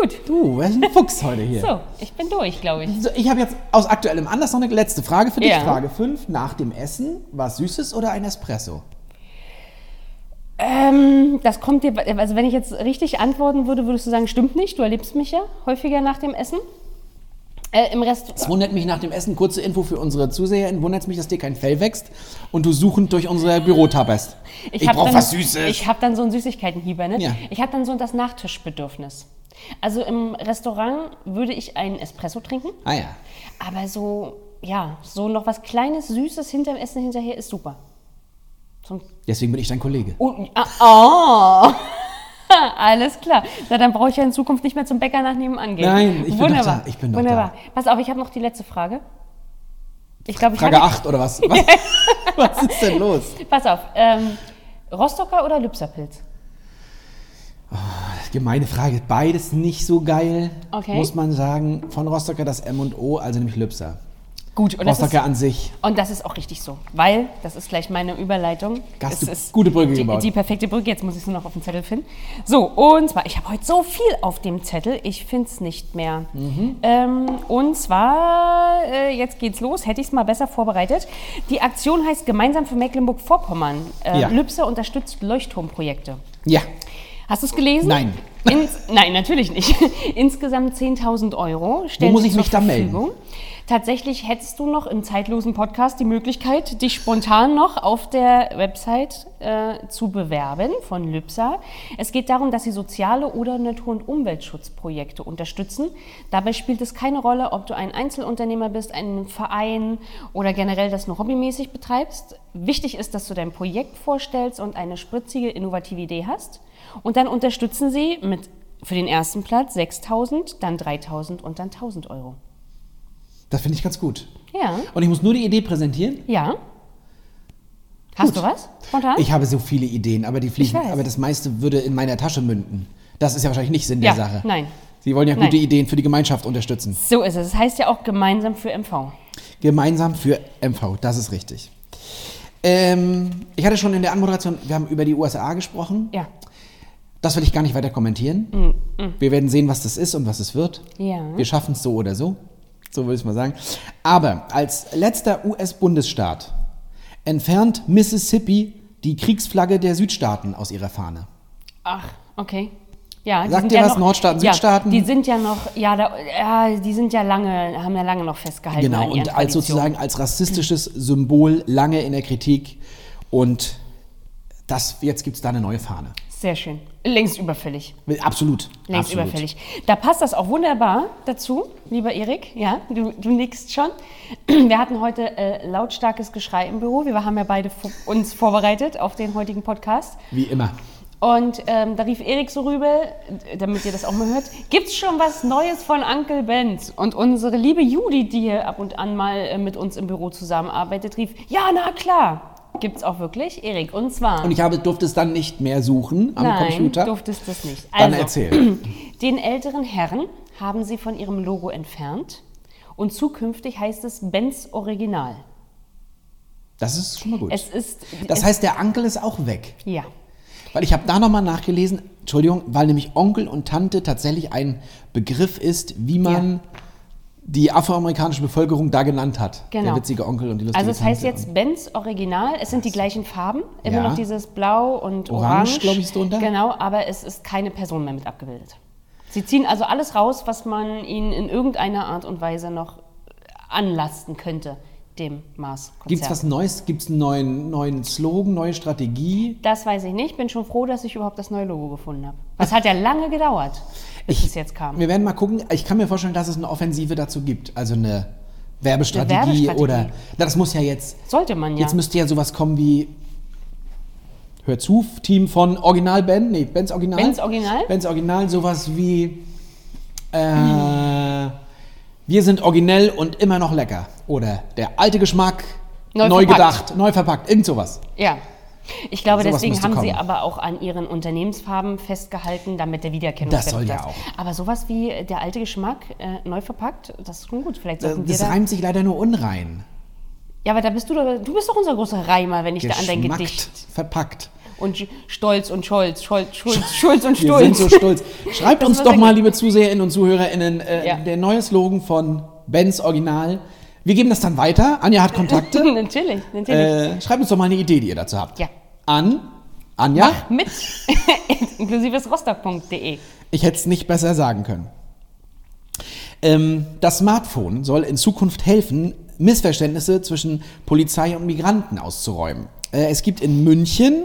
[SPEAKER 3] Gut.
[SPEAKER 2] Du, was ein Fuchs heute hier.
[SPEAKER 3] So, ich bin durch, glaube ich.
[SPEAKER 2] So, ich habe jetzt aus aktuellem Anlass noch eine letzte Frage für dich.
[SPEAKER 3] Ja.
[SPEAKER 2] Frage 5. Nach dem Essen, was Süßes oder ein Espresso?
[SPEAKER 3] Ähm, das kommt dir, also wenn ich jetzt richtig antworten würde, würdest du sagen, stimmt nicht. Du erlebst mich ja häufiger nach dem Essen. Äh, Im Rest.
[SPEAKER 2] Es wundert mich nach dem Essen, kurze Info für unsere ZuseherInnen, wundert es mich, dass dir kein Fell wächst und du suchend durch unser Büro tapperst. Ich,
[SPEAKER 3] hab
[SPEAKER 2] brauche
[SPEAKER 3] dann-
[SPEAKER 2] was Süßes.
[SPEAKER 3] Ich habe dann so einen Süßigkeitenhieber, ne?
[SPEAKER 2] Ja.
[SPEAKER 3] Ich habe dann so das Nachtischbedürfnis. Also im Restaurant würde ich einen Espresso trinken,
[SPEAKER 2] ah ja.
[SPEAKER 3] aber so, ja, so noch was Kleines, Süßes hinterm Essen hinterher ist super. Zum
[SPEAKER 2] Deswegen bin ich dein Kollege.
[SPEAKER 3] oh, ah, oh. [LAUGHS] Alles klar. Na, dann brauche ich ja in Zukunft nicht mehr zum Bäcker nach nebenan gehen.
[SPEAKER 2] Nein, ich bin doch
[SPEAKER 3] Wunderbar.
[SPEAKER 2] da, ich bin doch
[SPEAKER 3] Wunderbar. Pass auf, ich habe noch die letzte Frage. Ich glaube, ich
[SPEAKER 2] Frage
[SPEAKER 3] hatte-
[SPEAKER 2] 8 oder [LAUGHS] was? Was, was ist denn los?
[SPEAKER 3] Pass auf. Ähm, Rostocker oder Lübserpilz?
[SPEAKER 2] Gemeine Frage. Beides nicht so geil,
[SPEAKER 3] Okay.
[SPEAKER 2] muss man sagen. Von Rostocker das M und O, also nämlich Lübser.
[SPEAKER 3] Gut, und das ist-
[SPEAKER 2] Rostocker an sich.
[SPEAKER 3] Und das ist auch richtig so, weil, das ist gleich meine Überleitung.
[SPEAKER 2] Hast
[SPEAKER 3] es
[SPEAKER 2] du
[SPEAKER 3] ist
[SPEAKER 2] gute Brücke
[SPEAKER 3] die,
[SPEAKER 2] gebaut.
[SPEAKER 3] Die perfekte Brücke, jetzt muss ich es nur noch auf dem Zettel finden. So, und zwar, ich habe heute so viel auf dem Zettel, ich finde es nicht mehr.
[SPEAKER 2] Mhm.
[SPEAKER 3] Ähm, und zwar, äh, jetzt geht's los, hätte ich es mal besser vorbereitet. Die Aktion heißt Gemeinsam für Mecklenburg-Vorpommern. Äh,
[SPEAKER 2] Ja.
[SPEAKER 3] Lübse unterstützt Leuchtturmprojekte.
[SPEAKER 2] Ja.
[SPEAKER 3] Hast du es gelesen?
[SPEAKER 2] Nein.
[SPEAKER 3] Ins, nein, natürlich nicht. [LAUGHS] Insgesamt 10.000 Euro. stellen
[SPEAKER 2] muss
[SPEAKER 3] sie
[SPEAKER 2] ich
[SPEAKER 3] zur
[SPEAKER 2] mich da melden?
[SPEAKER 3] Verfügung. Tatsächlich hättest du noch im zeitlosen Podcast die Möglichkeit, dich spontan noch auf der Website äh, zu bewerben von Lübsa. Es geht darum, dass sie soziale oder Natur- und Umweltschutzprojekte unterstützen. Dabei spielt es keine Rolle, ob du ein Einzelunternehmer bist, ein Verein oder generell das nur hobbymäßig betreibst. Wichtig ist, dass du dein Projekt vorstellst und eine spritzige, innovative Idee hast. Und dann unterstützen sie mit für den ersten Platz 6.000, dann 3.000 und dann 1.000 Euro.
[SPEAKER 2] Das finde ich ganz gut.
[SPEAKER 3] Ja.
[SPEAKER 2] Und ich muss nur die Idee präsentieren.
[SPEAKER 3] Ja. Hast
[SPEAKER 2] Gut.
[SPEAKER 3] du was? Spontan?
[SPEAKER 2] Ich habe so viele Ideen, aber die fliegen.
[SPEAKER 3] weiß.
[SPEAKER 2] Aber das meiste würde in meiner Tasche münden. Das ist ja wahrscheinlich nicht Sinn
[SPEAKER 3] ja,
[SPEAKER 2] der Sache.
[SPEAKER 3] nein.
[SPEAKER 2] Sie wollen ja gute
[SPEAKER 3] Nein.
[SPEAKER 2] Ideen für die Gemeinschaft unterstützen.
[SPEAKER 3] So ist es. Es heißt ja auch gemeinsam für MV.
[SPEAKER 2] Gemeinsam für MV, das ist richtig. Ähm, ich hatte schon in der Anmoderation, wir haben über die USA gesprochen.
[SPEAKER 3] Ja.
[SPEAKER 2] Das will ich gar nicht weiter kommentieren. Wir werden sehen, was das ist und was es wird.
[SPEAKER 3] Mm, Ja.
[SPEAKER 2] Wir schaffen es so oder so. So würde ich mal sagen. Aber als letzter US-Bundesstaat entfernt Mississippi die Kriegsflagge der Südstaaten aus ihrer Fahne.
[SPEAKER 3] Ach, okay. Ja, die
[SPEAKER 2] Sagt
[SPEAKER 3] sind
[SPEAKER 2] dir
[SPEAKER 3] ja
[SPEAKER 2] was,
[SPEAKER 3] noch,
[SPEAKER 2] Nordstaaten,
[SPEAKER 3] ja,
[SPEAKER 2] Südstaaten?
[SPEAKER 3] Die sind ja noch, ja, da, ja, die sind ja lange, haben ja lange noch festgehalten. an
[SPEAKER 2] Genau,
[SPEAKER 3] ihren
[SPEAKER 2] und als
[SPEAKER 3] Traditionen.
[SPEAKER 2] sozusagen als rassistisches Symbol lange in der Kritik. Und das, jetzt gibt es da eine neue Fahne.
[SPEAKER 3] Sehr schön. Längst überfällig.
[SPEAKER 2] Absolut.
[SPEAKER 3] Längst
[SPEAKER 2] absolut.
[SPEAKER 3] überfällig. Da passt das auch wunderbar dazu, lieber Erik. Ja, du, du nickst schon. [CLEARS THROAT] Wir hatten heute äh, lautstarkes Geschrei im Büro. Wir haben ja beide vo- uns vorbereitet auf den heutigen Podcast.
[SPEAKER 2] Wie immer.
[SPEAKER 3] Und ähm, da rief Erik so rüber, d- damit ihr das auch mal hört, gibt's schon was Neues von Uncle Benz? Und unsere liebe Judy, die hier ab und an mal äh, mit uns im Büro zusammenarbeitet, rief, ja, na klar, gibt's auch wirklich, Erik. Und zwar...
[SPEAKER 2] Und ich habe, durfte es dann nicht mehr suchen am
[SPEAKER 3] Nein,
[SPEAKER 2] Computer.
[SPEAKER 3] durftest das nicht. Also,
[SPEAKER 2] Dann erzähl.
[SPEAKER 3] [LAUGHS] Den älteren Herren haben sie von ihrem Logo entfernt und zukünftig heißt es Benz Original.
[SPEAKER 2] Das ist schon mal gut.
[SPEAKER 3] Es ist
[SPEAKER 2] das
[SPEAKER 3] es,
[SPEAKER 2] heißt, der Onkel ist auch weg.
[SPEAKER 3] ja.
[SPEAKER 2] Weil ich habe da nochmal nachgelesen, Entschuldigung, weil nämlich Onkel und Tante tatsächlich ein Begriff ist, wie man die afroamerikanische Bevölkerung da genannt hat.
[SPEAKER 3] Genau.
[SPEAKER 2] Der witzige Onkel und die lustige
[SPEAKER 3] Also es heißt
[SPEAKER 2] Tante.
[SPEAKER 3] jetzt Benz Original. Es sind die gleichen Farben, immer
[SPEAKER 2] Ja.
[SPEAKER 3] noch dieses Blau und
[SPEAKER 2] Orange,
[SPEAKER 3] Orange,
[SPEAKER 2] glaub ich, ist drunter.
[SPEAKER 3] Genau, aber es ist keine Person mehr mit abgebildet. Sie ziehen also alles raus, was man ihnen in irgendeiner Art und Weise noch anlasten könnte, dem Mars-Konzern.
[SPEAKER 2] Gibt es was Neues? Gibt es einen neuen, neuen Slogan, neue Strategie?
[SPEAKER 3] Das weiß ich nicht. Bin schon froh, dass ich überhaupt das neue Logo gefunden habe. Das hat ja lange gedauert, bis es jetzt kam.
[SPEAKER 2] Wir werden mal gucken. Ich kann mir vorstellen, dass es eine Offensive dazu gibt. Also eine Werbestrategie,
[SPEAKER 3] Eine Werbestrategie.
[SPEAKER 2] oder. Na, das muss ja jetzt.
[SPEAKER 3] Sollte man ja.
[SPEAKER 2] Jetzt müsste ja sowas kommen wie. Hör zu, Team von Original Ben. Nee, Ben's Original.
[SPEAKER 3] Ben's Original?
[SPEAKER 2] Ben's Original, sowas wie. Äh, Wir sind originell und immer noch lecker. Oder der alte Geschmack, neu,
[SPEAKER 3] Neu verpackt.
[SPEAKER 2] gedacht, neu verpackt, irgend sowas.
[SPEAKER 3] ja. Ich glaube,
[SPEAKER 2] Sowas
[SPEAKER 3] deswegen
[SPEAKER 2] müsste
[SPEAKER 3] haben sie
[SPEAKER 2] kommen.
[SPEAKER 3] aber auch an ihren Unternehmensfarben festgehalten, damit der Wiedererkennungswert
[SPEAKER 2] Das soll ja
[SPEAKER 3] da ist.
[SPEAKER 2] auch.
[SPEAKER 3] Aber sowas wie äh, der alte Geschmack, äh, neu verpackt, das ist schon gut. Vielleicht
[SPEAKER 2] Das,
[SPEAKER 3] sollten wir
[SPEAKER 2] Äh, das
[SPEAKER 3] da...
[SPEAKER 2] reimt sich leider nur unrein.
[SPEAKER 3] Ja, aber da bist du doch, du bist doch unser großer Reimer, wenn ich da an dein Gedicht...
[SPEAKER 2] verpackt.
[SPEAKER 3] Und Sch- Stolz und Scholz, Scholz,
[SPEAKER 2] [LAUGHS]
[SPEAKER 3] Schulz, Schulz und
[SPEAKER 2] Wir
[SPEAKER 3] Stolz.
[SPEAKER 2] sind so
[SPEAKER 3] [LAUGHS]
[SPEAKER 2] stolz. Schreibt
[SPEAKER 3] Das
[SPEAKER 2] uns
[SPEAKER 3] muss
[SPEAKER 2] doch
[SPEAKER 3] ich-
[SPEAKER 2] mal, liebe Zuseherinnen und ZuhörerInnen, äh,
[SPEAKER 3] Ja.
[SPEAKER 2] der neue Slogan von Ben's Original. Wir geben das dann weiter. Anja hat Kontakte.
[SPEAKER 3] [LAUGHS] natürlich, natürlich.
[SPEAKER 2] Äh, schreibt uns doch mal eine Idee, die ihr dazu habt.
[SPEAKER 3] Ja.
[SPEAKER 2] An Anja.
[SPEAKER 3] Mit [LAUGHS] inklusive rostock.de.
[SPEAKER 2] Ich hätte es nicht besser sagen können. Ähm, das Smartphone soll in Zukunft helfen, Missverständnisse zwischen Polizei und Migranten auszuräumen. Äh, es gibt in München,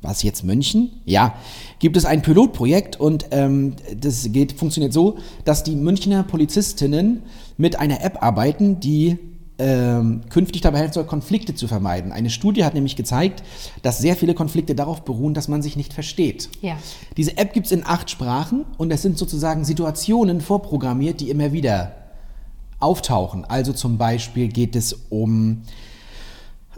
[SPEAKER 2] was jetzt München? Ja, gibt es ein Pilotprojekt und ähm, das geht, funktioniert so, dass die Münchner Polizistinnen mit einer App arbeiten, die ähm, künftig dabei helfen soll, Konflikte zu vermeiden. Eine Studie hat nämlich gezeigt, dass sehr viele Konflikte darauf beruhen, dass man sich nicht versteht.
[SPEAKER 3] Ja.
[SPEAKER 2] Diese App gibt es in acht Sprachen und es sind sozusagen Situationen vorprogrammiert, die immer wieder auftauchen. Also zum Beispiel geht es um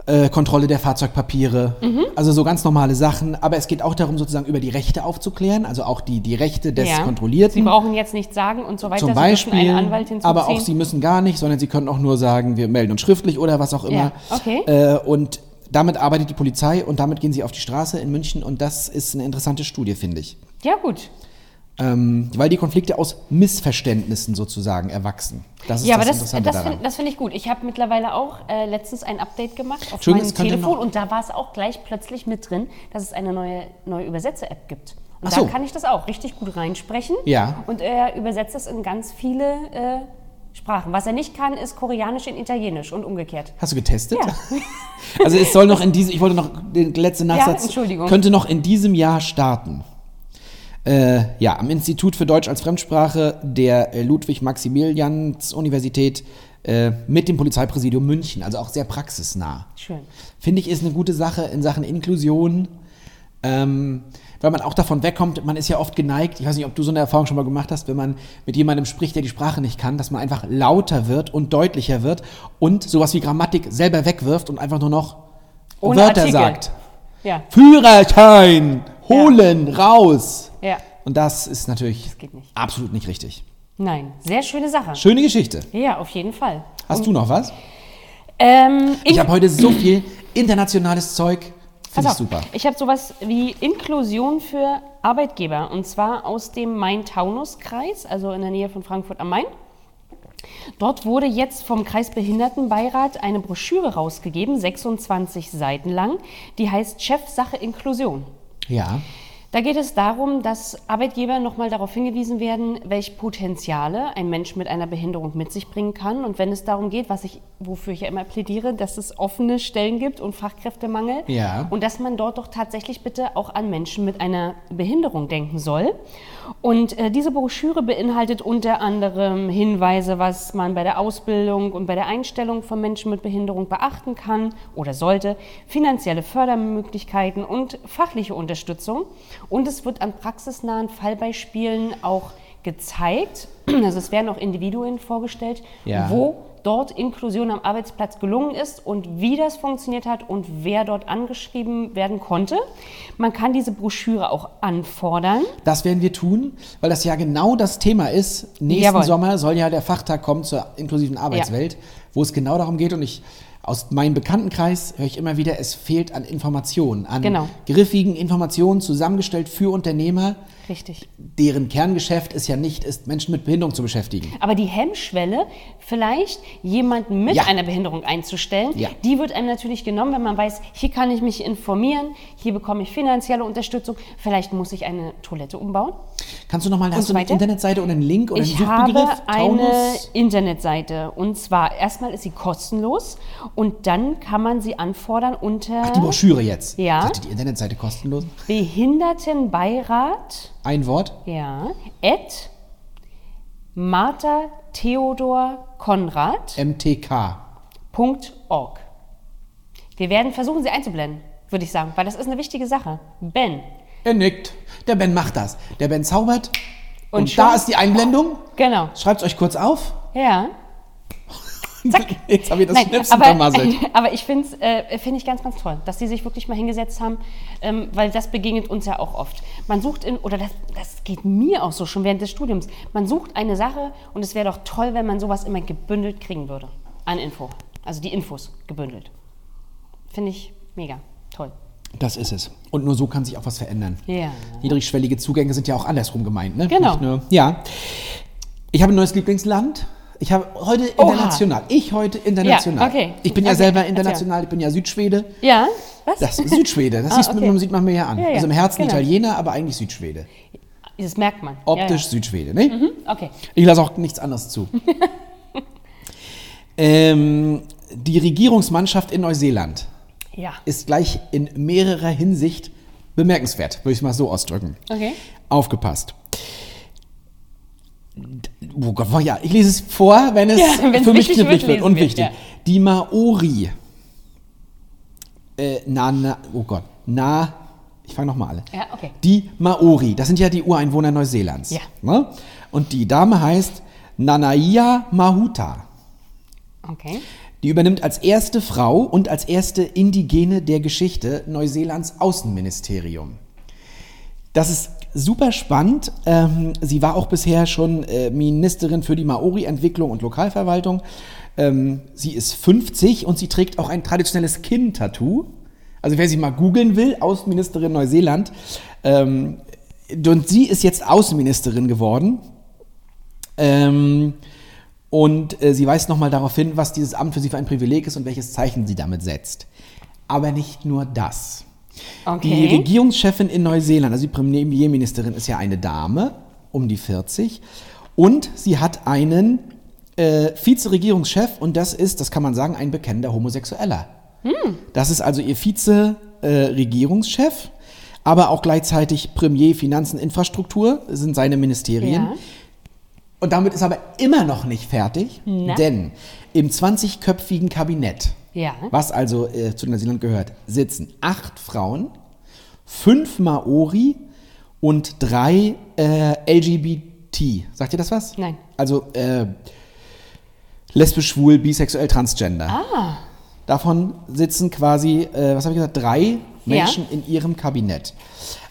[SPEAKER 2] äh, Kontrolle der Fahrzeugpapiere,
[SPEAKER 3] Mhm.
[SPEAKER 2] also so ganz normale Sachen. Aber es geht auch darum, sozusagen über die Rechte aufzuklären, also auch die, die Rechte des
[SPEAKER 3] Ja. Sie
[SPEAKER 2] Kontrollierten.
[SPEAKER 3] brauchen jetzt nichts sagen und so weiter.
[SPEAKER 2] Zum
[SPEAKER 3] Sie dürfen
[SPEAKER 2] Beispiel,
[SPEAKER 3] einen Anwalt hinzuziehen.
[SPEAKER 2] aber auch sie müssen gar nicht, sondern sie können auch nur sagen, wir melden uns schriftlich oder was auch immer.
[SPEAKER 3] Ja, okay.
[SPEAKER 2] Äh, und damit arbeitet die Polizei und damit gehen sie auf die Straße in München und das ist eine interessante Studie, finde ich.
[SPEAKER 3] Ja, gut.
[SPEAKER 2] Ähm, weil die Konflikte aus Missverständnissen sozusagen erwachsen. Das ist
[SPEAKER 3] Ja, aber
[SPEAKER 2] das,
[SPEAKER 3] das,
[SPEAKER 2] Interessante
[SPEAKER 3] das
[SPEAKER 2] daran.
[SPEAKER 3] finde find ich gut. Ich habe mittlerweile auch äh, letztens ein Update gemacht auf
[SPEAKER 2] Schön, es
[SPEAKER 3] meinem
[SPEAKER 2] könnte
[SPEAKER 3] Telefon
[SPEAKER 2] noch-
[SPEAKER 3] und da war es auch gleich plötzlich mit drin, dass es eine neue, neue Übersetzer-App gibt. Und
[SPEAKER 2] Ach
[SPEAKER 3] da
[SPEAKER 2] so.
[SPEAKER 3] kann ich das auch richtig gut reinsprechen.
[SPEAKER 2] Ja.
[SPEAKER 3] Und er übersetzt das in ganz viele äh, Sprachen. Was er nicht kann, ist Koreanisch in Italienisch und umgekehrt.
[SPEAKER 2] Hast du getestet?
[SPEAKER 3] Ja.
[SPEAKER 2] [LAUGHS] Also es soll noch in diesem, ich wollte noch den letzten Nachsatz,
[SPEAKER 3] Entschuldigung.
[SPEAKER 2] könnte noch in diesem Jahr starten. Äh, ja, am Institut für Deutsch als Fremdsprache der äh, Ludwig-Maximilians-Universität äh, mit dem Polizeipräsidium München, also auch sehr praxisnah.
[SPEAKER 3] Schön.
[SPEAKER 2] Finde ich, ist eine gute Sache in Sachen Inklusion, ähm, weil man auch davon wegkommt, man ist ja oft geneigt, ich weiß nicht, ob du so eine Erfahrung schon mal gemacht hast, wenn man mit jemandem spricht, der die Sprache nicht kann, dass man einfach lauter wird und deutlicher wird und sowas wie Grammatik selber wegwirft und einfach nur noch
[SPEAKER 3] Ohne
[SPEAKER 2] Wörter
[SPEAKER 3] Artikel.
[SPEAKER 2] sagt.
[SPEAKER 3] Ja,
[SPEAKER 2] Führerschein, holen, raus.
[SPEAKER 3] ja.
[SPEAKER 2] Und das ist natürlich
[SPEAKER 3] geht nicht.
[SPEAKER 2] absolut nicht richtig.
[SPEAKER 3] Nein, sehr schöne Sache.
[SPEAKER 2] Schöne Geschichte.
[SPEAKER 3] Ja, auf jeden Fall.
[SPEAKER 2] Hast du noch was?
[SPEAKER 3] Ähm,
[SPEAKER 2] Ich habe heute so viel internationales Zeug. Finde ich
[SPEAKER 3] Pass auf,
[SPEAKER 2] super.
[SPEAKER 3] Ich habe sowas wie Inklusion für Arbeitgeber und zwar aus dem Main-Taunus-Kreis, also in der Nähe von Frankfurt am Main. Dort wurde jetzt vom Kreisbehindertenbeirat eine Broschüre rausgegeben, 26 Seiten lang, die heißt Chefsache Inklusion.
[SPEAKER 2] Ja.
[SPEAKER 3] Da geht es darum, dass Arbeitgeber nochmal darauf hingewiesen werden, welche Potenziale ein Mensch mit einer Behinderung mit sich bringen kann. Und wenn es darum geht, was ich, wofür ich ja immer plädiere, dass es offene Stellen gibt und Fachkräftemangel.
[SPEAKER 2] Ja.
[SPEAKER 3] Und dass man dort doch tatsächlich bitte auch an Menschen mit einer Behinderung denken soll. Und äh, diese Broschüre beinhaltet unter anderem Hinweise, was man bei der Ausbildung und bei der Einstellung von Menschen mit Behinderung beachten kann oder sollte, finanzielle Fördermöglichkeiten und fachliche Unterstützung. Und es wird an praxisnahen Fallbeispielen auch gezeigt, [CLEARS THROAT] also es werden auch Individuen vorgestellt,
[SPEAKER 2] Ja.
[SPEAKER 3] wo dort Inklusion am Arbeitsplatz gelungen ist und wie das funktioniert hat und wer dort angeschrieben werden konnte. Man kann diese Broschüre auch anfordern.
[SPEAKER 2] Das werden wir tun, weil das ja genau das Thema ist. Nächsten
[SPEAKER 3] Jawohl.
[SPEAKER 2] Sommer soll ja der Fachtag kommen zur inklusiven Arbeitswelt, wo es genau darum geht. Und ich aus meinem Bekanntenkreis höre ich immer wieder, es fehlt an Informationen, an
[SPEAKER 3] Genau.
[SPEAKER 2] griffigen Informationen zusammengestellt für Unternehmer,
[SPEAKER 3] Richtig.
[SPEAKER 2] deren Kerngeschäft es ja nicht ist, Menschen mit Behinderung zu beschäftigen.
[SPEAKER 3] Aber die Hemmschwelle, vielleicht jemanden mit
[SPEAKER 2] Ja.
[SPEAKER 3] einer Behinderung einzustellen,
[SPEAKER 2] Ja.
[SPEAKER 3] die wird einem natürlich genommen, wenn man weiß, hier kann ich mich informieren, hier bekomme ich finanzielle Unterstützung, vielleicht muss ich eine Toilette umbauen.
[SPEAKER 2] Kannst du nochmal, hast du eine
[SPEAKER 3] weiter?
[SPEAKER 2] Internetseite oder einen Link oder
[SPEAKER 3] Ich
[SPEAKER 2] einen
[SPEAKER 3] habe
[SPEAKER 2] Suchbegriff?
[SPEAKER 3] eine
[SPEAKER 2] Taunus?
[SPEAKER 3] Internetseite und zwar erstmal ist sie kostenlos und dann kann man sie anfordern unter
[SPEAKER 2] Ach, die Broschüre jetzt.
[SPEAKER 3] Ja.
[SPEAKER 2] Ich dachte, die Internetseite kostenlos.
[SPEAKER 3] Behindertenbeirat
[SPEAKER 2] Ein Wort.
[SPEAKER 3] ja, at Martha Theodor Konrad
[SPEAKER 2] MTK.
[SPEAKER 3] .org. Wir werden versuchen, sie einzublenden, würde ich sagen, weil das ist eine wichtige Sache. Ben,
[SPEAKER 2] Er nickt. Der Ben macht das. Der Ben zaubert. Und,
[SPEAKER 3] Und
[SPEAKER 2] da
[SPEAKER 3] schon-
[SPEAKER 2] ist die Einblendung.
[SPEAKER 3] genau,
[SPEAKER 2] Schreibt euch kurz auf.
[SPEAKER 3] ja. [LAUGHS] Zack.
[SPEAKER 2] [LAUGHS] Jetzt habe ich das
[SPEAKER 3] Nein,
[SPEAKER 2] Schnipsen
[SPEAKER 3] aber, [LAUGHS]
[SPEAKER 2] vermasselt.
[SPEAKER 3] aber ich finde es äh, find ich ganz, ganz toll, dass die sich wirklich mal hingesetzt haben, ähm, weil das begegnet uns ja auch oft. Man sucht in, oder das, das geht mir auch so schon während des Studiums, man sucht eine Sache und es wäre doch toll, wenn man sowas immer gebündelt kriegen würde. An Info. Also die Infos gebündelt. Finde ich mega toll.
[SPEAKER 2] Das ist es. Und nur so kann sich auch was verändern.
[SPEAKER 3] Ja.
[SPEAKER 2] Niedrigschwellige Zugänge sind ja auch andersrum gemeint, ne?
[SPEAKER 3] Genau.
[SPEAKER 2] Nicht nur, ja. Ich habe ein neues Lieblingsland. Ich habe heute
[SPEAKER 3] Oha.
[SPEAKER 2] international. Ich heute international.
[SPEAKER 3] Ja, okay.
[SPEAKER 2] Ich bin ja
[SPEAKER 3] Okay,
[SPEAKER 2] selber
[SPEAKER 3] erzähl.
[SPEAKER 2] international. Ich bin ja Südschwede.
[SPEAKER 3] Ja, was?
[SPEAKER 2] Das ist Südschwede. Das
[SPEAKER 3] Ah,
[SPEAKER 2] sieht,
[SPEAKER 3] okay.
[SPEAKER 2] man, sieht man mir ja an.
[SPEAKER 3] Ja, ja,
[SPEAKER 2] Also im Herzen
[SPEAKER 3] genau.
[SPEAKER 2] Italiener, aber eigentlich Südschwede.
[SPEAKER 3] Das merkt man.
[SPEAKER 2] Optisch
[SPEAKER 3] Ja,
[SPEAKER 2] Südschwede, ne?
[SPEAKER 3] ja. Hm? Okay.
[SPEAKER 2] Ich lasse auch nichts anderes
[SPEAKER 3] [LAUGHS]
[SPEAKER 2] zu. ähm, die Regierungsmannschaft in Neuseeland
[SPEAKER 3] Ja.
[SPEAKER 2] ist gleich in mehrerer Hinsicht bemerkenswert, würde ich es mal so ausdrücken.
[SPEAKER 3] Okay.
[SPEAKER 2] Aufgepasst. Oh Gott, war ja, ich lese es vor, wenn es
[SPEAKER 3] [LAUGHS] Ja, wenn's
[SPEAKER 2] für mich
[SPEAKER 3] wichtig
[SPEAKER 2] knifflig
[SPEAKER 3] wird,
[SPEAKER 2] wird
[SPEAKER 3] lesen
[SPEAKER 2] und
[SPEAKER 3] wir,
[SPEAKER 2] wichtig.
[SPEAKER 3] ja.
[SPEAKER 2] Die Maori. Äh, na, na, oh Gott, na, ich fange nochmal alle.
[SPEAKER 3] Ja, okay.
[SPEAKER 2] Die Maori, das sind ja die Ureinwohner Neuseelands.
[SPEAKER 3] Ja.
[SPEAKER 2] Ne? Und die Dame heißt Nanaia Mahuta.
[SPEAKER 3] Okay.
[SPEAKER 2] Die übernimmt als erste Frau und als erste Indigene der Geschichte Neuseelands Außenministerium. Das ist super spannend. Ähm, sie war auch bisher schon äh, Ministerin für die Maori-Entwicklung und Lokalverwaltung. Ähm, sie ist 50 und sie trägt auch ein traditionelles Kinn-Tattoo. Also wer sie mal googeln will, Außenministerin Neuseeland. Ähm, und sie ist jetzt Außenministerin geworden. Ähm, und äh, sie weist nochmal darauf hin, was dieses Amt für sie für ein Privileg ist und welches Zeichen sie damit setzt. Aber nicht nur das. Die
[SPEAKER 3] Okay.
[SPEAKER 2] Regierungschefin in Neuseeland, also die Premierministerin, ist ja eine Dame, um die 40. Und sie hat einen äh, Vizeregierungschef und das ist, das kann man sagen, ein bekennender Homosexueller.
[SPEAKER 3] Hm.
[SPEAKER 2] Das ist also ihr Vize-Regierungschef, aber auch gleichzeitig Premier, Finanzen, Infrastruktur sind seine Ministerien.
[SPEAKER 3] Ja.
[SPEAKER 2] Und damit ist aber immer noch nicht fertig,
[SPEAKER 3] Na?
[SPEAKER 2] denn im 20-köpfigen Kabinett,
[SPEAKER 3] Ne? Ja.
[SPEAKER 2] was also äh, zu Neuseeland gehört, sitzen acht Frauen, fünf Maori und drei äh, LGBT. Sagt ihr das was?
[SPEAKER 3] Nein.
[SPEAKER 2] Also äh, lesbisch, schwul, bisexuell, transgender.
[SPEAKER 3] Ah,
[SPEAKER 2] Davon sitzen quasi, äh, was habe ich gesagt, drei Menschen in ihrem Kabinett.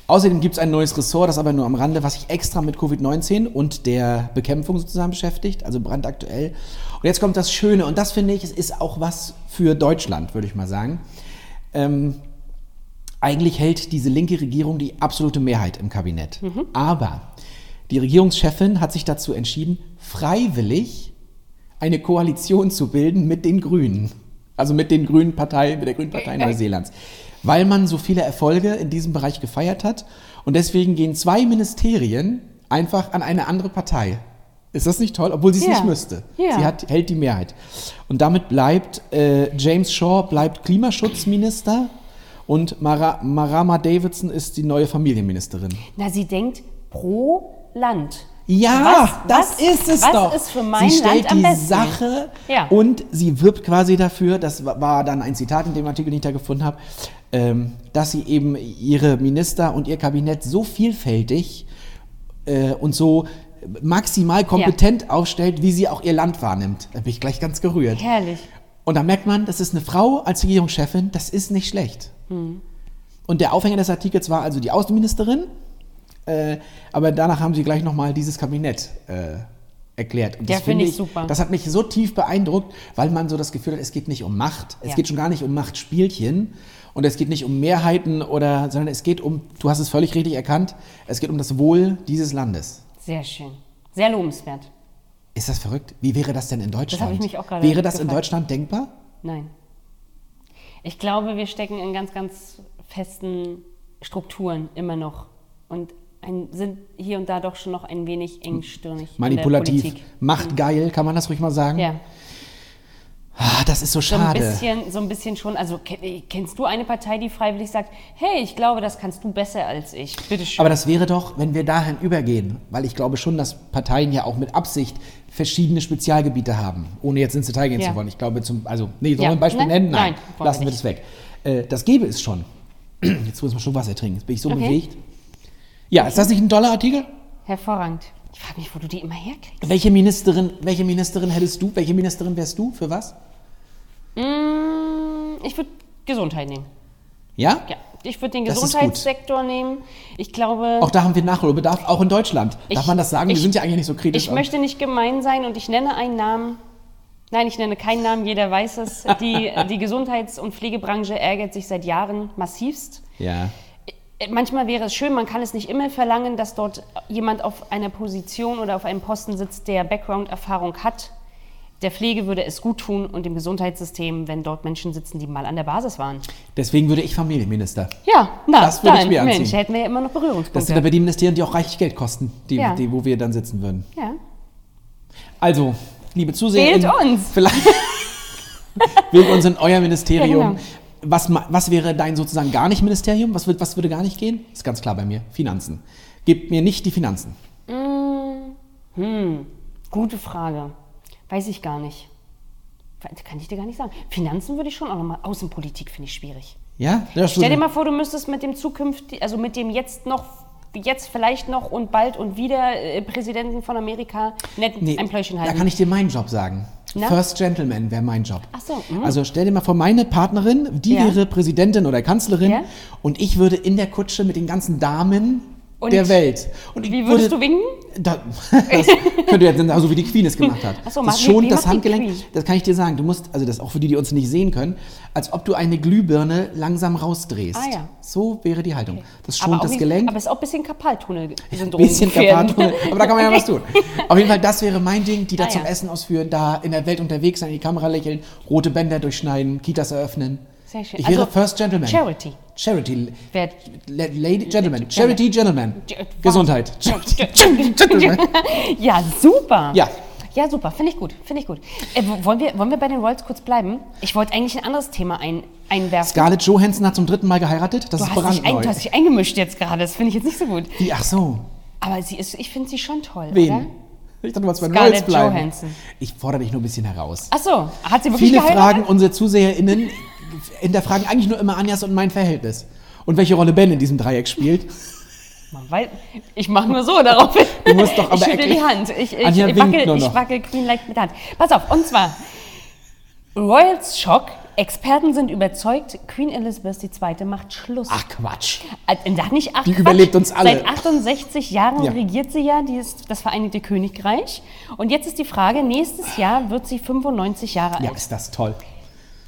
[SPEAKER 2] Außerdem gibt es ein neues Ressort, das aber nur am Rande, was sich extra mit Covid-19 und der Bekämpfung sozusagen beschäftigt, also brandaktuell. Und jetzt kommt das Schöne, und das finde ich, es ist auch was für Deutschland, würde ich mal sagen. Ähm, eigentlich hält diese linke Regierung die absolute Mehrheit im Kabinett. Aber die Regierungschefin hat sich dazu entschieden, freiwillig eine Koalition zu bilden mit den Grünen. Also mit den Grünen Partei, mit der Grünen
[SPEAKER 3] Äh,
[SPEAKER 2] Partei Neuseelands. Weil man so viele Erfolge in diesem Bereich gefeiert hat. Und deswegen gehen zwei Ministerien einfach an eine andere Partei. Ist das nicht toll? Obwohl sie es
[SPEAKER 3] Ja.
[SPEAKER 2] nicht müsste.
[SPEAKER 3] Ja.
[SPEAKER 2] Sie hat, hält die Mehrheit. Und damit bleibt äh, James Shaw bleibt Klimaschutzminister und Mara, Marama Davidson ist die neue Familienministerin.
[SPEAKER 3] na, sie denkt pro Land.
[SPEAKER 2] Ja,
[SPEAKER 3] Was-
[SPEAKER 2] das
[SPEAKER 3] was-
[SPEAKER 2] ist es
[SPEAKER 3] was
[SPEAKER 2] doch.
[SPEAKER 3] ist für mein
[SPEAKER 2] sie stellt
[SPEAKER 3] Land am
[SPEAKER 2] die
[SPEAKER 3] besten?
[SPEAKER 2] Sache
[SPEAKER 3] Ja.
[SPEAKER 2] und sie wirbt quasi dafür, das wa- war dann ein Zitat in dem Artikel, den ich da gefunden habe, ähm, dass sie eben ihre Minister und ihr Kabinett so vielfältig äh, und so maximal kompetent aufstellt, wie sie auch ihr Land wahrnimmt. Da bin ich gleich ganz gerührt.
[SPEAKER 3] Herrlich.
[SPEAKER 2] Und da merkt man, das ist eine Frau als Regierungschefin, das ist nicht schlecht.
[SPEAKER 3] Hm.
[SPEAKER 2] Und der Aufhänger des Artikels war also die Außenministerin, äh, aber danach haben sie gleich nochmal dieses Kabinett äh, erklärt. Und
[SPEAKER 3] Ja,
[SPEAKER 2] das
[SPEAKER 3] finde ich super.
[SPEAKER 2] Das hat mich so tief beeindruckt, weil man so das Gefühl hat, es geht nicht um Macht, es
[SPEAKER 3] Ja.
[SPEAKER 2] geht schon gar nicht um Machtspielchen und es geht nicht um Mehrheiten oder, sondern es geht um, du hast es völlig richtig erkannt, es geht um das Wohl dieses Landes.
[SPEAKER 3] Sehr schön. Sehr lobenswert.
[SPEAKER 2] Ist das verrückt? Wie wäre das denn in Deutschland?
[SPEAKER 3] ich mich auch gerade
[SPEAKER 2] wäre das in
[SPEAKER 3] gefragt.
[SPEAKER 2] Deutschland denkbar?
[SPEAKER 3] Nein. Ich glaube, wir stecken in ganz, ganz festen Strukturen immer noch und ein, sind hier und da doch schon noch ein wenig engstirnig. in der
[SPEAKER 2] Manipulativ,
[SPEAKER 3] Politik.
[SPEAKER 2] machtgeil, kann man das ruhig mal sagen?
[SPEAKER 3] Ja,
[SPEAKER 2] Ah, das ist so
[SPEAKER 3] so ein,
[SPEAKER 2] schade.
[SPEAKER 3] bisschen, so ein bisschen schon. Also ke- kennst du eine Partei, die freiwillig sagt, hey, ich glaube, das kannst du besser als ich. Bitteschön.
[SPEAKER 2] Aber das wäre doch, wenn wir dahin übergehen, weil ich glaube schon, dass Parteien ja auch mit Absicht verschiedene Spezialgebiete haben, ohne jetzt ins Detail gehen
[SPEAKER 3] Ja.
[SPEAKER 2] zu wollen. Ich glaube zum, also, nee, sollen
[SPEAKER 3] Ja.
[SPEAKER 2] wir ein Beispiel
[SPEAKER 3] Nein,
[SPEAKER 2] nennen? Nein,
[SPEAKER 3] nein, wollen wir
[SPEAKER 2] lassen wir
[SPEAKER 3] nicht.
[SPEAKER 2] das weg. Äh, das gäbe es schon. [CLEARS THROAT] Jetzt muss man schon Wasser trinken, jetzt bin ich so
[SPEAKER 3] Okay.
[SPEAKER 2] bewegt. Ja, ist das nicht ein toller Artikel?
[SPEAKER 3] Hervorragend. Ich frage mich, wo du die immer herkriegst.
[SPEAKER 2] Welche Ministerin, welche Ministerin hättest du? Welche Ministerin wärst du? Für was?
[SPEAKER 3] Mm, Ich würde Gesundheit nehmen.
[SPEAKER 2] Ja?
[SPEAKER 3] Ja, ich würde den
[SPEAKER 2] Das ist gut.
[SPEAKER 3] Gesundheitssektor nehmen. Ich glaube.
[SPEAKER 2] Auch da haben wir Nachholbedarf, auch in Deutschland. Darf
[SPEAKER 3] Ich-
[SPEAKER 2] man das sagen? Wir
[SPEAKER 3] ich-
[SPEAKER 2] sind ja eigentlich nicht so kritisch.
[SPEAKER 3] Ich
[SPEAKER 2] aber-
[SPEAKER 3] möchte nicht gemein sein und ich nenne einen Namen. Nein, ich nenne keinen Namen, jeder weiß es.
[SPEAKER 2] [LAUGHS]
[SPEAKER 3] Die, die Gesundheits- und Pflegebranche ärgert sich seit Jahren massivst.
[SPEAKER 2] ja.
[SPEAKER 3] Äh, Manchmal wäre es schön, man kann es nicht immer verlangen, dass dort jemand auf einer Position oder auf einem Posten sitzt, der Background-Erfahrung hat. Der Pflege würde es gut tun und dem Gesundheitssystem, wenn dort Menschen sitzen, die mal an der Basis waren.
[SPEAKER 2] Deswegen würde ich Familienminister.
[SPEAKER 3] Ja, na,
[SPEAKER 2] Das würde ich
[SPEAKER 3] dann,
[SPEAKER 2] mir anziehen.
[SPEAKER 3] Mensch, hätten wir ja immer noch
[SPEAKER 2] Das
[SPEAKER 3] Berührungspunkte.
[SPEAKER 2] sind aber die Ministerien, die auch reichlich Geld kosten, die,
[SPEAKER 3] Ja.
[SPEAKER 2] die, wo wir dann sitzen würden.
[SPEAKER 3] ja.
[SPEAKER 2] Also, liebe Zuseher,
[SPEAKER 3] Wählt uns!
[SPEAKER 2] [LAUGHS] Vielleicht wählt uns in euer Ministerium.
[SPEAKER 3] Ja, genau.
[SPEAKER 2] was, ma- was wäre dein sozusagen gar nicht Ministerium? Was, würd, was würde gar nicht gehen? Ist ganz klar bei mir. Finanzen. Gebt mir nicht die Finanzen.
[SPEAKER 3] Gute Frage. Weiß ich gar nicht. Kann ich dir gar nicht sagen. Finanzen würde ich schon auch nochmal. Außenpolitik finde ich schwierig.
[SPEAKER 2] Ja? Das
[SPEAKER 3] Stell dir mal vor, du müsstest mit dem zukünftig, also mit dem jetzt noch, jetzt vielleicht noch und bald und wieder äh, Präsidenten von Amerika nett
[SPEAKER 2] Nee,
[SPEAKER 3] ein Pläuschchen
[SPEAKER 2] da
[SPEAKER 3] halten.
[SPEAKER 2] kann ich dir meinen Job sagen.
[SPEAKER 3] Na?
[SPEAKER 2] First Gentleman wäre mein Job.
[SPEAKER 3] Ach so, mhm.
[SPEAKER 2] Also stell dir mal vor, meine Partnerin, die
[SPEAKER 3] Ja.
[SPEAKER 2] wäre Präsidentin oder Kanzlerin
[SPEAKER 3] Ja.
[SPEAKER 2] und ich würde in der Kutsche mit den ganzen Damen
[SPEAKER 3] Und
[SPEAKER 2] der Welt. Und ich
[SPEAKER 3] Wie würdest du winken?
[SPEAKER 2] Da, [LAUGHS] das könnte jetzt sein, so wie die Queen es gemacht hat.
[SPEAKER 3] Ach so,
[SPEAKER 2] das
[SPEAKER 3] mach- wie-
[SPEAKER 2] schont
[SPEAKER 3] wie
[SPEAKER 2] das
[SPEAKER 3] macht die
[SPEAKER 2] Handgelenk.
[SPEAKER 3] Queen?
[SPEAKER 2] Das kann ich dir sagen. Du musst, also das auch für die, die uns nicht sehen können, als ob du eine Glühbirne langsam rausdrehst.
[SPEAKER 3] Ah, ja.
[SPEAKER 2] So wäre die Haltung. Das
[SPEAKER 3] Aber
[SPEAKER 2] schont
[SPEAKER 3] auch
[SPEAKER 2] das
[SPEAKER 3] wie-
[SPEAKER 2] Gelenk.
[SPEAKER 3] Aber es ist auch ein bisschen Karpaltunnel-Syndrom.
[SPEAKER 2] Bisschen
[SPEAKER 3] gefährden.
[SPEAKER 2] Kapatul, aber da kann man ja was
[SPEAKER 3] [LAUGHS]
[SPEAKER 2] tun. Auf jeden Fall, das wäre mein Ding, die da
[SPEAKER 3] Ah,
[SPEAKER 2] zum
[SPEAKER 3] ja.
[SPEAKER 2] Essen ausführen, da in der Welt unterwegs sein, in die Kamera lächeln, rote Bänder durchschneiden, Kitas eröffnen.
[SPEAKER 3] Sehr schön. Also
[SPEAKER 2] Ich wäre First Gentleman.
[SPEAKER 3] Charity.
[SPEAKER 2] Charity.
[SPEAKER 3] Wer,
[SPEAKER 2] La- Lady, Gentleman. Charity, Gentleman. Gesundheit. [LAUGHS]
[SPEAKER 3] [LAUGHS] ja, super.
[SPEAKER 2] Ja.
[SPEAKER 3] Ja, super. Finde ich gut. Finde ich gut. Äh, wo- wollen, wir, wollen wir bei den Royals kurz bleiben? Ich wollte eigentlich ein anderes Thema ein, einwerfen.
[SPEAKER 2] Scarlett Johansson hat zum dritten Mal geheiratet. Das
[SPEAKER 3] du,
[SPEAKER 2] ist
[SPEAKER 3] hast dich ein,
[SPEAKER 2] brandneu.
[SPEAKER 3] du hast dich eingemischt jetzt gerade. Das finde ich jetzt nicht so gut.
[SPEAKER 2] Die- Ach so.
[SPEAKER 3] Aber sie ist, ich finde sie schon toll, oder?
[SPEAKER 2] Wen? Ich dachte, du wolltest bei den
[SPEAKER 3] Scarlett
[SPEAKER 2] Royals bleiben.
[SPEAKER 3] Johansson.
[SPEAKER 2] Ich fordere dich nur ein bisschen heraus.
[SPEAKER 3] Ach so, hat sie wirklich
[SPEAKER 2] Viele
[SPEAKER 3] geheiratet?
[SPEAKER 2] fragen unsere ZuseherInnen, hinterfragen eigentlich nur immer Anjas und mein Verhältnis. Und welche Rolle Ben in diesem Dreieck spielt.
[SPEAKER 3] Man weiß, ich mache nur so darauf.
[SPEAKER 2] Du musst
[SPEAKER 3] [LAUGHS]
[SPEAKER 2] doch
[SPEAKER 3] ich
[SPEAKER 2] aber
[SPEAKER 3] schüttel
[SPEAKER 2] erklären.
[SPEAKER 3] die Hand. Ich, ich,
[SPEAKER 2] Anja
[SPEAKER 3] ich,
[SPEAKER 2] winkt
[SPEAKER 3] wackel,
[SPEAKER 2] nur
[SPEAKER 3] ich
[SPEAKER 2] noch.
[SPEAKER 3] wackel Queen leicht mit der Hand. Pass auf, und zwar Royals Schock. Experten sind überzeugt, Queen Elizabeth II. macht Schluss.
[SPEAKER 2] Ach Quatsch.
[SPEAKER 3] Also, sag nicht, ach,
[SPEAKER 2] Die
[SPEAKER 3] Quatsch.
[SPEAKER 2] überlebt uns alle.
[SPEAKER 3] Seit 68 Jahren
[SPEAKER 2] Ja.
[SPEAKER 3] regiert sie ja dieses, das Vereinigte Königreich. Und jetzt ist die Frage, nächstes Jahr wird sie 95 Jahre
[SPEAKER 2] Ja,
[SPEAKER 3] alt.
[SPEAKER 2] ist das toll.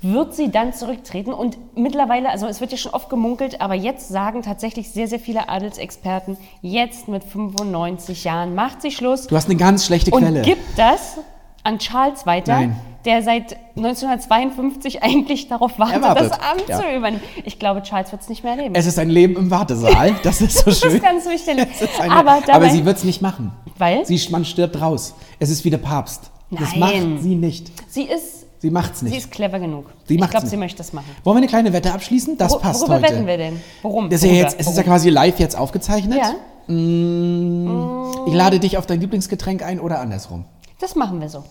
[SPEAKER 3] Wird sie dann zurücktreten? Und mittlerweile, also es wird ja schon oft gemunkelt, aber jetzt sagen tatsächlich sehr, sehr viele Adelsexperten, jetzt mit 95 Jahren macht sie Schluss
[SPEAKER 2] Du hast eine ganz schlechte
[SPEAKER 3] und
[SPEAKER 2] Quelle.
[SPEAKER 3] gibt das an Charles weiter,
[SPEAKER 2] Nein.
[SPEAKER 3] der seit 1952 eigentlich darauf wartet,
[SPEAKER 2] wartet,
[SPEAKER 3] das Amt
[SPEAKER 2] ja.
[SPEAKER 3] zu übernehmen. Ich glaube, Charles wird es nicht mehr erleben.
[SPEAKER 2] es ist ein Leben im Wartesaal. Das ist so
[SPEAKER 3] [LAUGHS] das
[SPEAKER 2] schön.
[SPEAKER 3] ist ganz wichtig.
[SPEAKER 2] Es ist eine-
[SPEAKER 3] aber, dabei,
[SPEAKER 2] aber sie wird es nicht machen.
[SPEAKER 3] Weil?
[SPEAKER 2] Sie, man stirbt raus. Es ist wie der Papst. Das
[SPEAKER 3] Nein.
[SPEAKER 2] macht sie nicht.
[SPEAKER 3] sie ist,
[SPEAKER 2] Sie macht's
[SPEAKER 3] sie
[SPEAKER 2] nicht.
[SPEAKER 3] ist clever genug.
[SPEAKER 2] Sie
[SPEAKER 3] ich
[SPEAKER 2] macht's
[SPEAKER 3] glaube, sie
[SPEAKER 2] nicht.
[SPEAKER 3] möchte das machen.
[SPEAKER 2] Wollen wir eine kleine Wette abschließen? Das
[SPEAKER 3] Wo-
[SPEAKER 2] passt
[SPEAKER 3] worüber
[SPEAKER 2] heute.
[SPEAKER 3] wetten wir denn? Worum?
[SPEAKER 2] Das ist ja
[SPEAKER 3] Worüber?
[SPEAKER 2] jetzt, es ist ja
[SPEAKER 3] Worum?
[SPEAKER 2] quasi live jetzt aufgezeichnet. Mm.
[SPEAKER 3] Ja.
[SPEAKER 2] Ich lade dich auf dein Lieblingsgetränk ein oder andersrum.
[SPEAKER 3] Oh, das machen wir so.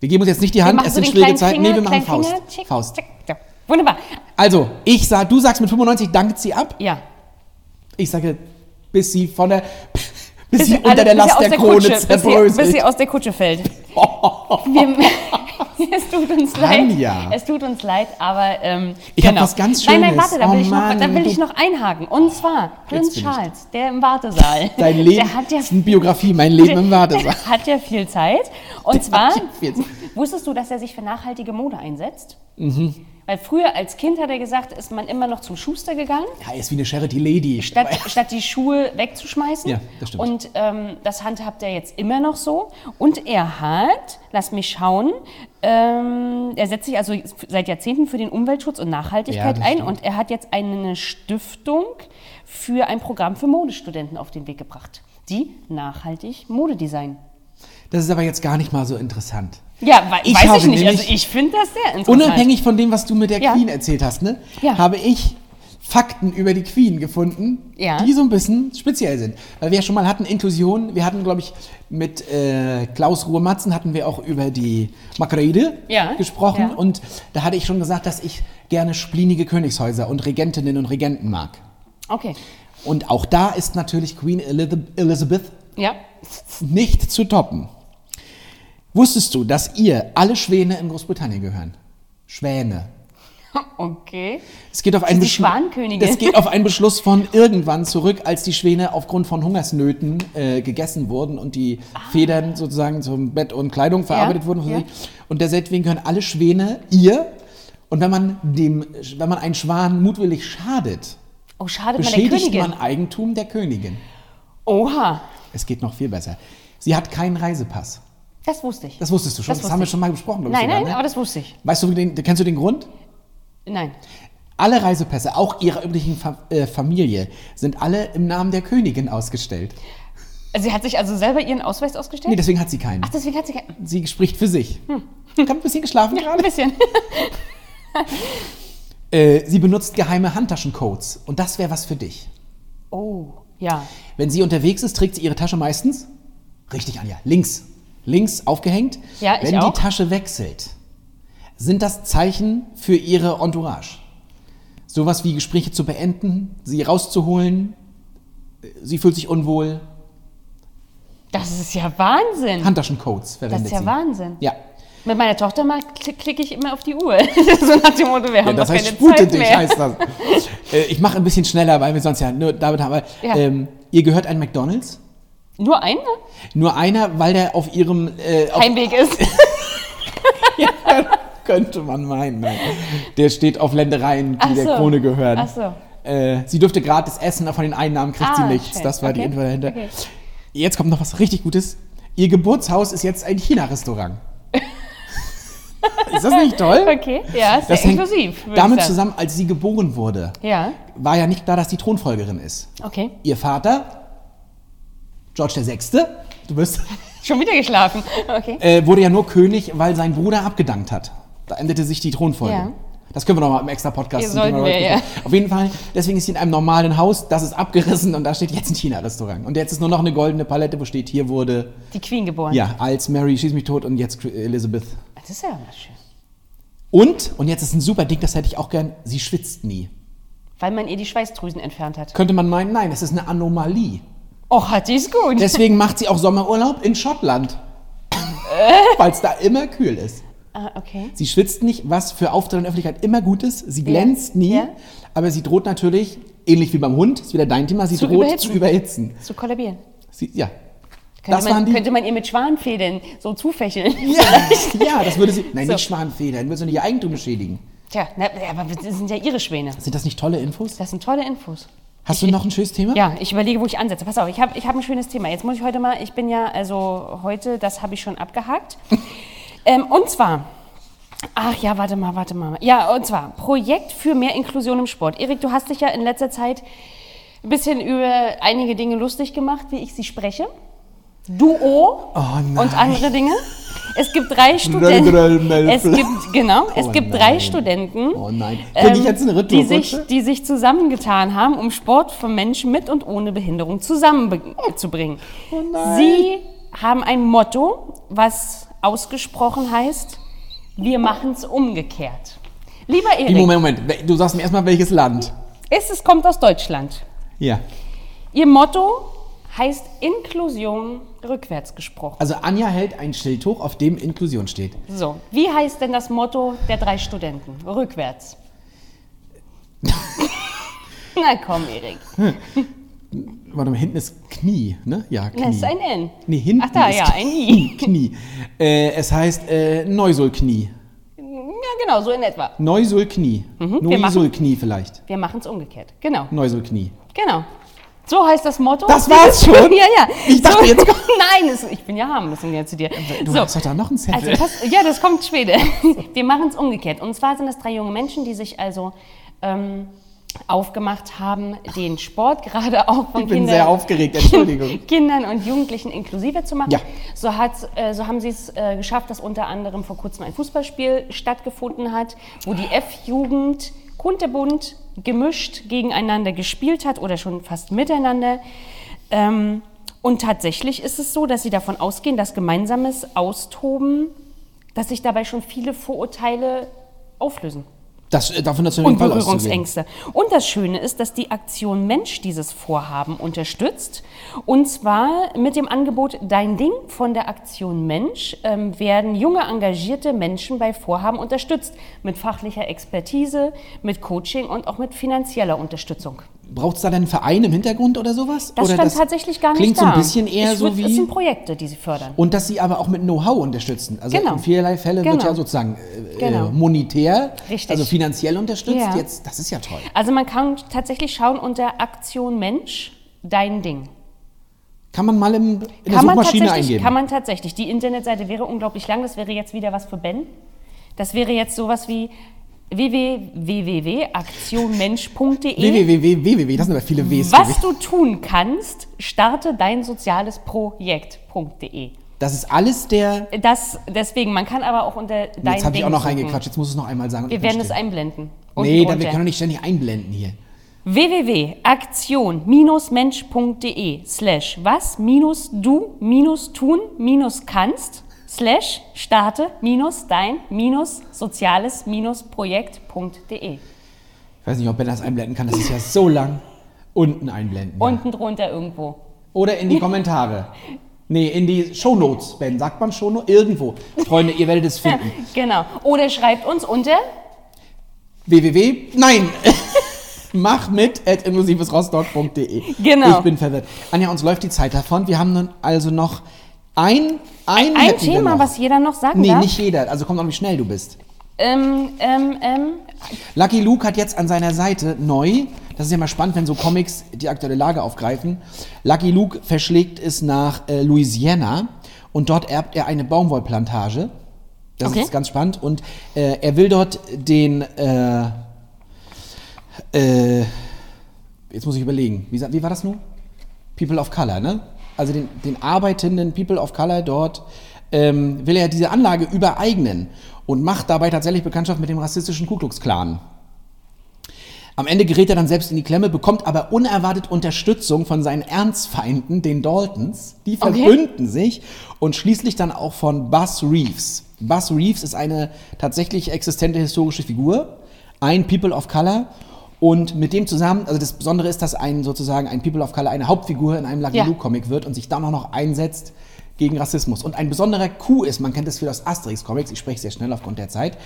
[SPEAKER 2] Wir geben uns jetzt nicht die
[SPEAKER 3] Wir
[SPEAKER 2] Hand,
[SPEAKER 3] machen
[SPEAKER 2] es
[SPEAKER 3] so
[SPEAKER 2] sind
[SPEAKER 3] den
[SPEAKER 2] schwierige
[SPEAKER 3] kleinen
[SPEAKER 2] Zeiten.
[SPEAKER 3] Finger,
[SPEAKER 2] nee, wir machen
[SPEAKER 3] kleinen
[SPEAKER 2] Faust.
[SPEAKER 3] Finger, tschick,
[SPEAKER 2] Faust.
[SPEAKER 3] tschick, ja. Wunderbar.
[SPEAKER 2] Also, ich sag, du sagst mit 95 dankt sie ab.
[SPEAKER 3] Ja.
[SPEAKER 2] Ich sage, bis sie von der [LAUGHS] bis, sie
[SPEAKER 3] alle-
[SPEAKER 2] unter der
[SPEAKER 3] bis sie
[SPEAKER 2] Last
[SPEAKER 3] aus
[SPEAKER 2] der, Krone
[SPEAKER 3] Kutsche- bis sie,
[SPEAKER 2] zerbröselt.
[SPEAKER 3] bis sie aus der
[SPEAKER 2] [LAUGHS]
[SPEAKER 3] Kutsche fällt. Wir, [LAUGHS] es tut uns leid.
[SPEAKER 2] Anja.
[SPEAKER 3] Es tut uns leid, aber ähm,
[SPEAKER 2] Ich hab was ganz
[SPEAKER 3] Nein, nein,
[SPEAKER 2] Schönes.
[SPEAKER 3] warte, da will,
[SPEAKER 2] Oh
[SPEAKER 3] ich,
[SPEAKER 2] Mann,
[SPEAKER 3] noch, da will
[SPEAKER 2] du-
[SPEAKER 3] ich noch einhaken. Und zwar Prinz
[SPEAKER 2] bin ich-
[SPEAKER 3] Charles, der im Wartesaal.
[SPEAKER 2] Dein Leben
[SPEAKER 3] Der hat ja
[SPEAKER 2] ist eine Biografie, mein
[SPEAKER 3] [LAUGHS]
[SPEAKER 2] Leben im Wartesaal.
[SPEAKER 3] hat ja viel Zeit. Und zwar,
[SPEAKER 2] ja viel Zeit.
[SPEAKER 3] wusstest du, dass er sich für nachhaltige Mode einsetzt?
[SPEAKER 2] Mhm.
[SPEAKER 3] Weil früher als Kind hat er gesagt, ist man immer noch zum Schuster gegangen,
[SPEAKER 2] Ja, ist wie eine Charity Lady.
[SPEAKER 3] statt, statt die Schuhe wegzuschmeißen.
[SPEAKER 2] Ja, das stimmt.
[SPEAKER 3] Und ähm, das handhabt er jetzt immer noch so. Und er hat, lass mich schauen, ähm, er setzt sich also seit Jahrzehnten für den Umweltschutz und Nachhaltigkeit
[SPEAKER 2] Ja, das
[SPEAKER 3] ein
[SPEAKER 2] stimmt.
[SPEAKER 3] und er hat jetzt eine Stiftung für ein Programm für Modestudenten auf den Weg gebracht, die nachhaltig Modedesign
[SPEAKER 2] Das ist aber jetzt gar nicht mal so interessant.
[SPEAKER 3] ja, wei-
[SPEAKER 2] Ich
[SPEAKER 3] weiß
[SPEAKER 2] habe
[SPEAKER 3] ich nicht.
[SPEAKER 2] nämlich-
[SPEAKER 3] Also ich finde das sehr interessant.
[SPEAKER 2] Unabhängig von dem, was du mit der
[SPEAKER 3] Ja.
[SPEAKER 2] Queen erzählt hast, ne,
[SPEAKER 3] Ja.
[SPEAKER 2] habe ich Fakten über die Queen gefunden,
[SPEAKER 3] Ja.
[SPEAKER 2] die so ein bisschen speziell sind. Weil wir ja schon mal hatten Inklusion, wir hatten, glaube ich, mit äh, Klaus Ruhe-Matzen hatten wir auch über die Makreide
[SPEAKER 3] Ja.
[SPEAKER 2] gesprochen.
[SPEAKER 3] Ja.
[SPEAKER 2] Und da hatte ich schon gesagt, dass ich gerne splinige Königshäuser und Regentinnen und Regenten mag.
[SPEAKER 3] Okay.
[SPEAKER 2] Und auch da ist natürlich Queen Elith- Elizabeth
[SPEAKER 3] Ja. [LAUGHS]
[SPEAKER 2] nicht zu toppen. Wusstest du, dass ihr alle Schwäne in Großbritannien gehören? Schwäne.
[SPEAKER 3] Okay.
[SPEAKER 2] Es geht auf einen
[SPEAKER 3] die
[SPEAKER 2] Beschlu-
[SPEAKER 3] Schwankönige.
[SPEAKER 2] Es geht auf einen Beschluss von irgendwann zurück, als die Schwäne aufgrund von Hungersnöten äh, gegessen wurden und die Federn sozusagen zum Bett und Kleidung verarbeitet
[SPEAKER 3] Ah. Ja,
[SPEAKER 2] wurden.
[SPEAKER 3] ja.
[SPEAKER 2] Und deswegen gehören alle Schwäne ihr. Und wenn man dem, wenn man einen Schwan mutwillig schadet,
[SPEAKER 3] Oh, schadet man der
[SPEAKER 2] beschädigt
[SPEAKER 3] Königin.
[SPEAKER 2] man Eigentum der Königin.
[SPEAKER 3] Oha.
[SPEAKER 2] Es geht noch viel besser. Sie hat keinen Reisepass.
[SPEAKER 3] Das wusste ich.
[SPEAKER 2] Das wusstest du schon. Das,
[SPEAKER 3] wusste
[SPEAKER 2] haben wir
[SPEAKER 3] ich.
[SPEAKER 2] schon mal besprochen. glaub ich,
[SPEAKER 3] Nein,
[SPEAKER 2] sogar,
[SPEAKER 3] nein,
[SPEAKER 2] ne?
[SPEAKER 3] aber das wusste ich.
[SPEAKER 2] Weißt du, den, kennst du den Grund?
[SPEAKER 3] Nein.
[SPEAKER 2] Alle Reisepässe, auch ihrer üblichen Fa äh, Familie, sind alle im Namen der Königin ausgestellt.
[SPEAKER 3] Also sie hat sich also selber ihren Ausweis ausgestellt?
[SPEAKER 2] Nee, deswegen hat sie keinen.
[SPEAKER 3] Ach, deswegen hat sie kein...
[SPEAKER 2] Sie spricht für sich. Ich habe ein bisschen geschlafen
[SPEAKER 3] Ja, ein
[SPEAKER 2] gerade.
[SPEAKER 3] bisschen. [LAUGHS]
[SPEAKER 2] Äh, sie benutzt geheime Handtaschencodes. Und das wäre was für dich.
[SPEAKER 3] Oh, ja.
[SPEAKER 2] Wenn sie unterwegs ist, trägt sie ihre Tasche meistens, richtig Anja, links. Links aufgehängt.
[SPEAKER 3] Ja, ich
[SPEAKER 2] Wenn
[SPEAKER 3] auch.
[SPEAKER 2] die Tasche wechselt, sind das Zeichen für ihre Entourage. Sowas wie Gespräche zu beenden, sie rauszuholen, äh, sie fühlt sich unwohl.
[SPEAKER 3] Das ist ja Wahnsinn.
[SPEAKER 2] Handtaschencodes
[SPEAKER 3] Das
[SPEAKER 2] verwendet
[SPEAKER 3] ist ja
[SPEAKER 2] sie.
[SPEAKER 3] Wahnsinn.
[SPEAKER 2] Ja.
[SPEAKER 3] Mit meiner Tochter mal klick, klicke ich immer auf die Uhr. [LAUGHS] so nach dem Motto, wir
[SPEAKER 2] ja,
[SPEAKER 3] haben
[SPEAKER 2] das
[SPEAKER 3] doch
[SPEAKER 2] heißt,
[SPEAKER 3] keine
[SPEAKER 2] spute
[SPEAKER 3] Zeit
[SPEAKER 2] dich,
[SPEAKER 3] mehr. [LAUGHS]
[SPEAKER 2] heißt das. Äh, ich mache ein bisschen schneller, weil wir sonst ja nur damit haben. Aber,
[SPEAKER 3] Ja.
[SPEAKER 2] ähm, ihr gehört ein McDonalds?
[SPEAKER 3] Nur eine?
[SPEAKER 2] Nur einer, weil der auf ihrem äh, auf
[SPEAKER 3] Heimweg
[SPEAKER 2] [LAUGHS]
[SPEAKER 3] ist.
[SPEAKER 2] Könnte man meinen. Nein. Der steht auf Ländereien, die
[SPEAKER 3] Ach
[SPEAKER 2] der
[SPEAKER 3] so.
[SPEAKER 2] Krone gehören.
[SPEAKER 3] Ach so.
[SPEAKER 2] Äh, sie dürfte gratis essen, aber von den Einnahmen kriegt sie
[SPEAKER 3] Ah,
[SPEAKER 2] nichts.
[SPEAKER 3] schön.
[SPEAKER 2] Das war die
[SPEAKER 3] Okay.
[SPEAKER 2] Info dahinter.
[SPEAKER 3] Okay. [LAUGHS]
[SPEAKER 2] Jetzt kommt noch was richtig Gutes. Ihr Geburtshaus ist jetzt ein China-Restaurant. Ist das nicht toll?
[SPEAKER 3] Okay, ja, ist
[SPEAKER 2] Das
[SPEAKER 3] sehr
[SPEAKER 2] hängt
[SPEAKER 3] inklusiv. würd
[SPEAKER 2] damit
[SPEAKER 3] ich sagen.
[SPEAKER 2] zusammen, als sie geboren wurde,
[SPEAKER 3] Ja,
[SPEAKER 2] war ja nicht klar, dass die Thronfolgerin ist.
[SPEAKER 3] okay.
[SPEAKER 2] Ihr Vater, George VI., du bist,
[SPEAKER 3] Schon wieder geschlafen. Okay.
[SPEAKER 2] äh, wurde ja nur König, weil sein Bruder abgedankt hat. Da endete sich die Thronfolge.
[SPEAKER 3] Ja.
[SPEAKER 2] Das können wir nochmal im extra Podcast
[SPEAKER 3] Ja,
[SPEAKER 2] zum Thema
[SPEAKER 3] sollten wir,
[SPEAKER 2] Royal People. Auf jeden Fall, deswegen ist sie in einem normalen Haus, das ist abgerissen und da steht jetzt ein China-Restaurant. Und jetzt ist nur noch eine goldene Palette, wo steht, hier wurde,
[SPEAKER 3] Die Queen geboren.
[SPEAKER 2] ja, als Mary, schieß mich tot und jetzt Elizabeth.
[SPEAKER 3] Das ist ja immer schön.
[SPEAKER 2] Und, und jetzt ist ein super Ding, das hätte ich auch gern, sie schwitzt nie.
[SPEAKER 3] Weil man ihr die Schweißdrüsen entfernt hat.
[SPEAKER 2] Könnte man meinen, nein, das ist eine Anomalie.
[SPEAKER 3] Och, hat die ist gut.
[SPEAKER 2] Deswegen macht sie auch Sommerurlaub in Schottland.
[SPEAKER 3] Äh?
[SPEAKER 2] Weil es da immer kühl ist.
[SPEAKER 3] ah, okay.
[SPEAKER 2] Sie schwitzt nicht, was für Auftritt in der Öffentlichkeit immer gut ist. Sie glänzt nie,
[SPEAKER 3] Ja.
[SPEAKER 2] aber sie droht natürlich, ähnlich wie beim Hund, ist wieder dein Thema, sie
[SPEAKER 3] Zu
[SPEAKER 2] droht
[SPEAKER 3] überhitzen.
[SPEAKER 2] zu überhitzen.
[SPEAKER 3] Zu kollabieren.
[SPEAKER 2] Sie,
[SPEAKER 3] [LAUGHS]
[SPEAKER 2] ja.
[SPEAKER 3] Könnte,
[SPEAKER 2] das waren
[SPEAKER 3] man,
[SPEAKER 2] die.
[SPEAKER 3] könnte man ihr mit Schwanfedern so zufächeln.
[SPEAKER 2] ja, ja, das würde sie. Nein,
[SPEAKER 3] So.
[SPEAKER 2] nicht Schwanfedern, dann würde sie nicht ihr Eigentum beschädigen.
[SPEAKER 3] [LAUGHS] Tja, na, aber das sind ja ihre Schwäne.
[SPEAKER 2] Sind das nicht tolle Infos?
[SPEAKER 3] Das sind tolle Infos.
[SPEAKER 2] Hast du noch ein schönes Thema?
[SPEAKER 3] Ja, ich überlege, wo ich ansetze. Pass auf, ich habe ich hab ein schönes Thema. Jetzt muss ich heute mal, ich bin ja, also heute, das habe ich schon abgehakt. ähm, und zwar, ach ja, warte mal, warte mal. Ja, und zwar, Projekt für mehr Inklusion im Sport. Erik, du hast dich ja in letzter Zeit ein bisschen über einige Dinge lustig gemacht, wie ich sie spreche. Duo
[SPEAKER 2] Oh, nein.
[SPEAKER 3] und andere Dinge. Es gibt drei Studenten.
[SPEAKER 2] Drödelmelpel.
[SPEAKER 3] Es gibt, genau, es
[SPEAKER 2] Oh
[SPEAKER 3] gibt
[SPEAKER 2] nein.
[SPEAKER 3] drei Studenten. ähm,
[SPEAKER 2] Oh nein. Krieg ich jetzt eine
[SPEAKER 3] die sich,
[SPEAKER 2] Rhythmusrutsche?
[SPEAKER 3] die sich zusammengetan haben, um Sport für Menschen mit und ohne Behinderung zusammenzubringen.
[SPEAKER 2] Oh nein.
[SPEAKER 3] Sie haben ein Motto, was ausgesprochen heißt, wir machen es umgekehrt. Lieber Erik,
[SPEAKER 2] Moment, Moment. Du sagst mir erstmal, welches Land.
[SPEAKER 3] es es kommt aus Deutschland.
[SPEAKER 2] Ja.
[SPEAKER 3] Ihr Motto heißt Inklusion rückwärts gesprochen.
[SPEAKER 2] Also Anja hält ein Schild hoch, auf dem Inklusion steht.
[SPEAKER 3] So, wie heißt denn das Motto der drei Studenten?
[SPEAKER 2] [LAUGHS]
[SPEAKER 3] Rückwärts. Na komm, Erik.
[SPEAKER 2] Warte mal, hinten ist Knie, ne? Ja, Knie.
[SPEAKER 3] Das ist ein N.
[SPEAKER 2] Nee, hinten
[SPEAKER 3] Ach da,
[SPEAKER 2] ist
[SPEAKER 3] ja, ein I.
[SPEAKER 2] Knie. Äh, es heißt äh, Neusulknie.
[SPEAKER 3] Ja, genau, so in etwa.
[SPEAKER 2] Neusulknie.
[SPEAKER 3] Mhm, wir machen-
[SPEAKER 2] Neusulknie vielleicht.
[SPEAKER 3] Wir machen es umgekehrt. Genau,
[SPEAKER 2] Neusulknie.
[SPEAKER 3] genau. So heißt das Motto.
[SPEAKER 2] Das war's schon?
[SPEAKER 3] [LAUGHS] Ja, ja.
[SPEAKER 2] Ich dachte,
[SPEAKER 3] so,
[SPEAKER 2] jetzt kommt-
[SPEAKER 3] [LAUGHS] Nein, es, ich bin ja harmlos im Gegensatz zu dir.
[SPEAKER 2] Du halt
[SPEAKER 3] so.
[SPEAKER 2] hast doch da noch einen
[SPEAKER 3] Also
[SPEAKER 2] Zettel.
[SPEAKER 3] pass, ja, das kommt später. [LAUGHS] Wir machen es umgekehrt. Und zwar sind das drei junge Menschen, die sich also ähm, aufgemacht haben, den Sport gerade auch von
[SPEAKER 2] ich bin
[SPEAKER 3] Kindern,
[SPEAKER 2] sehr aufgeregt,
[SPEAKER 3] [LAUGHS]
[SPEAKER 2] Entschuldigung.
[SPEAKER 3] Kindern und Jugendlichen inklusiver zu machen.
[SPEAKER 2] Ja.
[SPEAKER 3] So, hat's, äh, so haben sie es äh, geschafft, dass unter anderem vor kurzem ein Fußballspiel stattgefunden hat, wo die F-Jugend kunterbunt gemischt gegeneinander gespielt hat oder schon fast miteinander. Ähm, und tatsächlich ist es so, dass sie davon ausgehen, dass gemeinsames Austoben, dass sich dabei schon viele Vorurteile auflösen
[SPEAKER 2] Das, äh, davon hast du
[SPEAKER 3] und
[SPEAKER 2] den Fall auszugehen.
[SPEAKER 3] Berührungsängste. Und das Schöne ist, dass die Aktion Mensch dieses Vorhaben unterstützt. Und zwar mit dem Angebot Dein Ding von der Aktion Mensch ähm, werden junge, engagierte Menschen bei Vorhaben unterstützt. Mit fachlicher Expertise, mit Coaching und auch mit finanzieller Unterstützung.
[SPEAKER 2] Braucht es da denn einen Verein im Hintergrund oder sowas?
[SPEAKER 3] Das
[SPEAKER 2] oder
[SPEAKER 3] stand tatsächlich gar nicht
[SPEAKER 2] klingt
[SPEAKER 3] da.
[SPEAKER 2] so ein bisschen eher
[SPEAKER 3] ich
[SPEAKER 2] so
[SPEAKER 3] würd-
[SPEAKER 2] wie-
[SPEAKER 3] Es sind Projekte, die sie fördern.
[SPEAKER 2] Und dass sie aber auch mit Know-how unterstützen. Also
[SPEAKER 3] Genau.
[SPEAKER 2] in vielerlei Fälle wird
[SPEAKER 3] Genau.
[SPEAKER 2] ja sozusagen äh,
[SPEAKER 3] Genau.
[SPEAKER 2] äh, monetär,
[SPEAKER 3] Richtig.
[SPEAKER 2] also finanziell unterstützt.
[SPEAKER 3] Ja.
[SPEAKER 2] Jetzt, das ist ja toll.
[SPEAKER 3] Also man kann tatsächlich schauen unter Aktion Mensch Dein Ding.
[SPEAKER 2] Kann man mal im, in der
[SPEAKER 3] Kann man,
[SPEAKER 2] Suchmaschine
[SPEAKER 3] tatsächlich,
[SPEAKER 2] eingeben.
[SPEAKER 3] kann man tatsächlich. Die Internetseite wäre unglaublich lang. Das wäre jetzt wieder was für Ben. Das wäre jetzt sowas wie www.aktionmensch.de.
[SPEAKER 2] www, www, das sind aber viele Ws.
[SPEAKER 3] Was du tun kannst, starte dein soziales Projekt.de.
[SPEAKER 2] Das ist alles der.
[SPEAKER 3] Das deswegen, man kann aber auch unter dein
[SPEAKER 2] Jetzt habe ich
[SPEAKER 3] Ding
[SPEAKER 2] auch noch
[SPEAKER 3] suchen.
[SPEAKER 2] reingequatscht, jetzt muss es noch einmal sagen. und
[SPEAKER 3] Wir
[SPEAKER 2] ich
[SPEAKER 3] werden
[SPEAKER 2] bin
[SPEAKER 3] es
[SPEAKER 2] still.
[SPEAKER 3] einblenden.
[SPEAKER 2] Nee, da, wir können doch nicht ständig einblenden hier.
[SPEAKER 3] www.aktion-mensch.de slash was minus du minus tun minus kannst slash starte minus dein minus soziales minus projekt.de.
[SPEAKER 2] Ich weiß nicht, ob Ben das einblenden kann, das ist ja so lang. Unten einblenden. ja.
[SPEAKER 3] Unten drunter irgendwo. [LAUGHS]
[SPEAKER 2] Oder in die Kommentare. Nee, in die Shownotes, Ben. Sagt man Shownotes? Irgendwo. Freunde, ihr werdet es finden.
[SPEAKER 3] [LAUGHS] Genau. Oder schreibt uns unter
[SPEAKER 2] www. Nein! [LAUGHS] Mach mit at inklusivesrostock.de.
[SPEAKER 3] Genau.
[SPEAKER 2] E. Ich bin verwirrt. Anja, uns läuft die Zeit davon. Wir haben nun also noch ein, ein,
[SPEAKER 3] ein
[SPEAKER 2] hätten wir
[SPEAKER 3] Thema,
[SPEAKER 2] noch.
[SPEAKER 3] was jeder noch sagen
[SPEAKER 2] genau. Nee,
[SPEAKER 3] darf.
[SPEAKER 2] nicht jeder. Also kommt auf, wie schnell du bist.
[SPEAKER 3] Ähm, ähm, ähm,
[SPEAKER 2] Lucky Luke hat jetzt an seiner Seite neu, das ist ja mal spannend, wenn so Comics die aktuelle Lage aufgreifen. Lucky Luke verschlägt es nach äh, Louisiana und dort erbt er eine Baumwollplantage Das
[SPEAKER 3] Okay.
[SPEAKER 2] ist ganz spannend. Und äh, er will dort den. Äh, äh, jetzt muss ich überlegen. Wie, sa- wie war das nun? People of Color, ne? Also den, den arbeitenden People of Color dort ähm, will er diese Anlage übereignen und macht dabei tatsächlich Bekanntschaft mit dem rassistischen Ku Klux Klan. Am Ende gerät er dann selbst in die Klemme, bekommt aber unerwartet Unterstützung von seinen Ernstfeinden, den Daltons. Die
[SPEAKER 3] Okay.
[SPEAKER 2] verbünden sich und schließlich dann auch von Buzz Reeves. Buzz Reeves ist eine tatsächlich existente historische Figur, ein People of Color. Und mit dem zusammen, also das Besondere ist, dass ein sozusagen ein People of Color eine Hauptfigur in einem Lucky
[SPEAKER 3] Ja.
[SPEAKER 2] Luke Comic wird und sich dann auch noch einsetzt gegen Rassismus. Und ein besonderer Coup ist, man kennt das für das Asterix-Comics, ich spreche sehr schnell aufgrund der Zeit,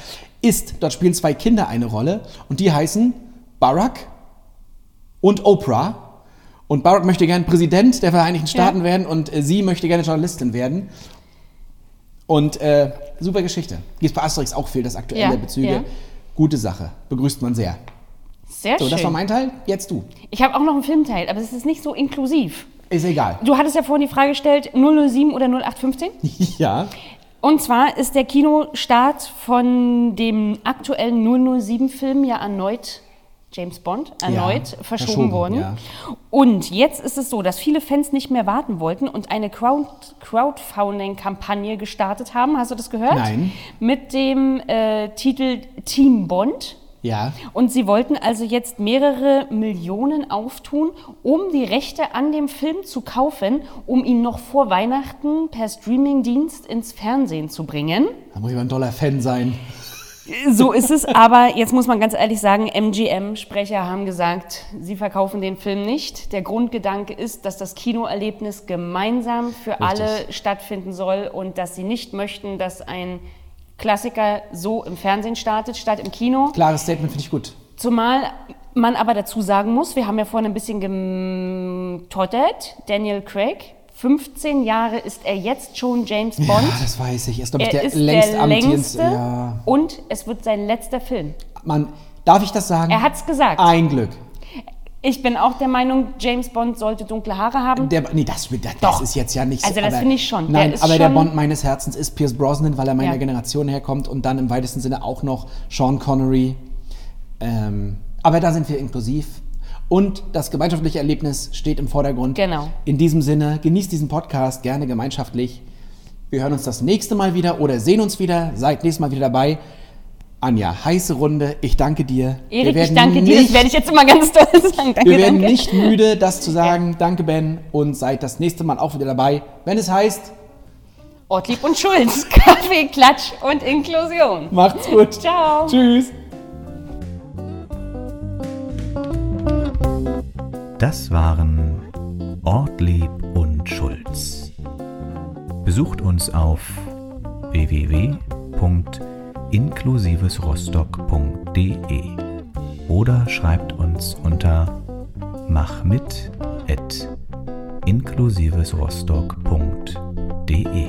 [SPEAKER 2] ist, dort spielen zwei Kinder eine Rolle und die heißen Barack und Oprah. Und Barack möchte gerne Präsident der Vereinigten Staaten
[SPEAKER 3] Ja.
[SPEAKER 2] werden und äh, sie möchte gerne Journalistin werden. Und äh, super Geschichte. Gibt bei Asterix auch viel, das aktuelle
[SPEAKER 3] Ja,
[SPEAKER 2] Bezüge.
[SPEAKER 3] ja.
[SPEAKER 2] Gute Sache. Begrüßt man sehr.
[SPEAKER 3] Sehr
[SPEAKER 2] So,
[SPEAKER 3] schön.
[SPEAKER 2] das war mein Teil. Jetzt du.
[SPEAKER 3] ich habe auch noch einen Filmteil, aber es ist nicht so inklusiv.
[SPEAKER 2] Ist egal. [LAUGHS]
[SPEAKER 3] Du hattest ja vorhin die Frage gestellt, 007 oder 0815?
[SPEAKER 2] ja.
[SPEAKER 3] Und zwar ist der Kinostart von dem aktuellen 007-Film ja erneut, James Bond, erneut
[SPEAKER 2] Ja,
[SPEAKER 3] verschoben,
[SPEAKER 2] verschoben,
[SPEAKER 3] worden.
[SPEAKER 2] ja.
[SPEAKER 3] Und jetzt ist es so, dass viele Fans nicht mehr warten wollten und eine Crowd Crowdfunding-Kampagne gestartet haben. Hast du das gehört?
[SPEAKER 2] Nein.
[SPEAKER 3] Mit dem äh, Titel Team Bond.
[SPEAKER 2] Ja.
[SPEAKER 3] Und sie wollten also jetzt mehrere Millionen auftun, um die Rechte an dem Film zu kaufen, um ihn noch vor Weihnachten per Streamingdienst ins Fernsehen zu bringen.
[SPEAKER 2] Da muss ich mal ein doller Fan sein.
[SPEAKER 3] So ist es, aber jetzt muss man ganz ehrlich sagen, MGM-Sprecher haben gesagt, sie verkaufen den Film nicht. Der Grundgedanke ist, dass das Kinoerlebnis gemeinsam für alle stattfinden soll und dass sie nicht möchten, dass ein Klassiker so im Fernsehen startet, statt im Kino.
[SPEAKER 2] Klares Statement finde ich gut.
[SPEAKER 3] Zumal man aber dazu sagen muss, wir haben ja vorhin ein bisschen gemtottert, Daniel Craig, 15 Jahre ist er jetzt schon James Bond.
[SPEAKER 2] Ja, Ah, das weiß ich. Er ist, glaube ich,
[SPEAKER 3] Er
[SPEAKER 2] der
[SPEAKER 3] ist
[SPEAKER 2] längst
[SPEAKER 3] der längste
[SPEAKER 2] amtierendste. Ja.
[SPEAKER 3] und es wird sein letzter Film.
[SPEAKER 2] Mann, darf ich das sagen?
[SPEAKER 3] Er hat's gesagt.
[SPEAKER 2] Ein Glück.
[SPEAKER 3] Ich bin auch der Meinung, James Bond sollte dunkle Haare haben.
[SPEAKER 2] Der, nee, das, das
[SPEAKER 3] Doch.
[SPEAKER 2] ist jetzt ja nicht
[SPEAKER 3] Also das
[SPEAKER 2] aber-
[SPEAKER 3] finde ich schon. Der
[SPEAKER 2] Nein,
[SPEAKER 3] ist
[SPEAKER 2] aber der
[SPEAKER 3] schon-
[SPEAKER 2] Bond meines Herzens ist Pierce Brosnan, weil er meiner
[SPEAKER 3] Ja.
[SPEAKER 2] Generation herkommt und dann im weitesten Sinne auch noch Sean Connery. Ähm, aber da sind wir inklusiv. Und das gemeinschaftliche Erlebnis steht im Vordergrund.
[SPEAKER 3] Genau.
[SPEAKER 2] In diesem Sinne, genießt diesen Podcast gerne gemeinschaftlich. Wir hören uns das nächste Mal wieder oder sehen uns wieder. Seid nächstes Mal wieder dabei. Anja, heiße Runde. Ich danke dir. Wir
[SPEAKER 3] Erik, ich
[SPEAKER 2] werden
[SPEAKER 3] danke dir, das
[SPEAKER 2] nicht-
[SPEAKER 3] werde ich jetzt immer ganz doll [LAUGHS] sagen. Danke,
[SPEAKER 2] wir werden
[SPEAKER 3] danke.
[SPEAKER 2] nicht müde, das zu sagen. Danke, Ben. Und seid das nächste Mal auch wieder dabei, wenn es heißt,
[SPEAKER 3] Ortlieb und Schulz, [LAUGHS] Kaffee, Klatsch und Inklusion.
[SPEAKER 2] macht's gut.
[SPEAKER 3] Ciao.
[SPEAKER 2] Tschüss.
[SPEAKER 1] Das waren Ortlieb und Schulz. Besucht uns auf www.inklusivesrostock.de oder schreibt uns unter machmit@inklusivesrostock.de.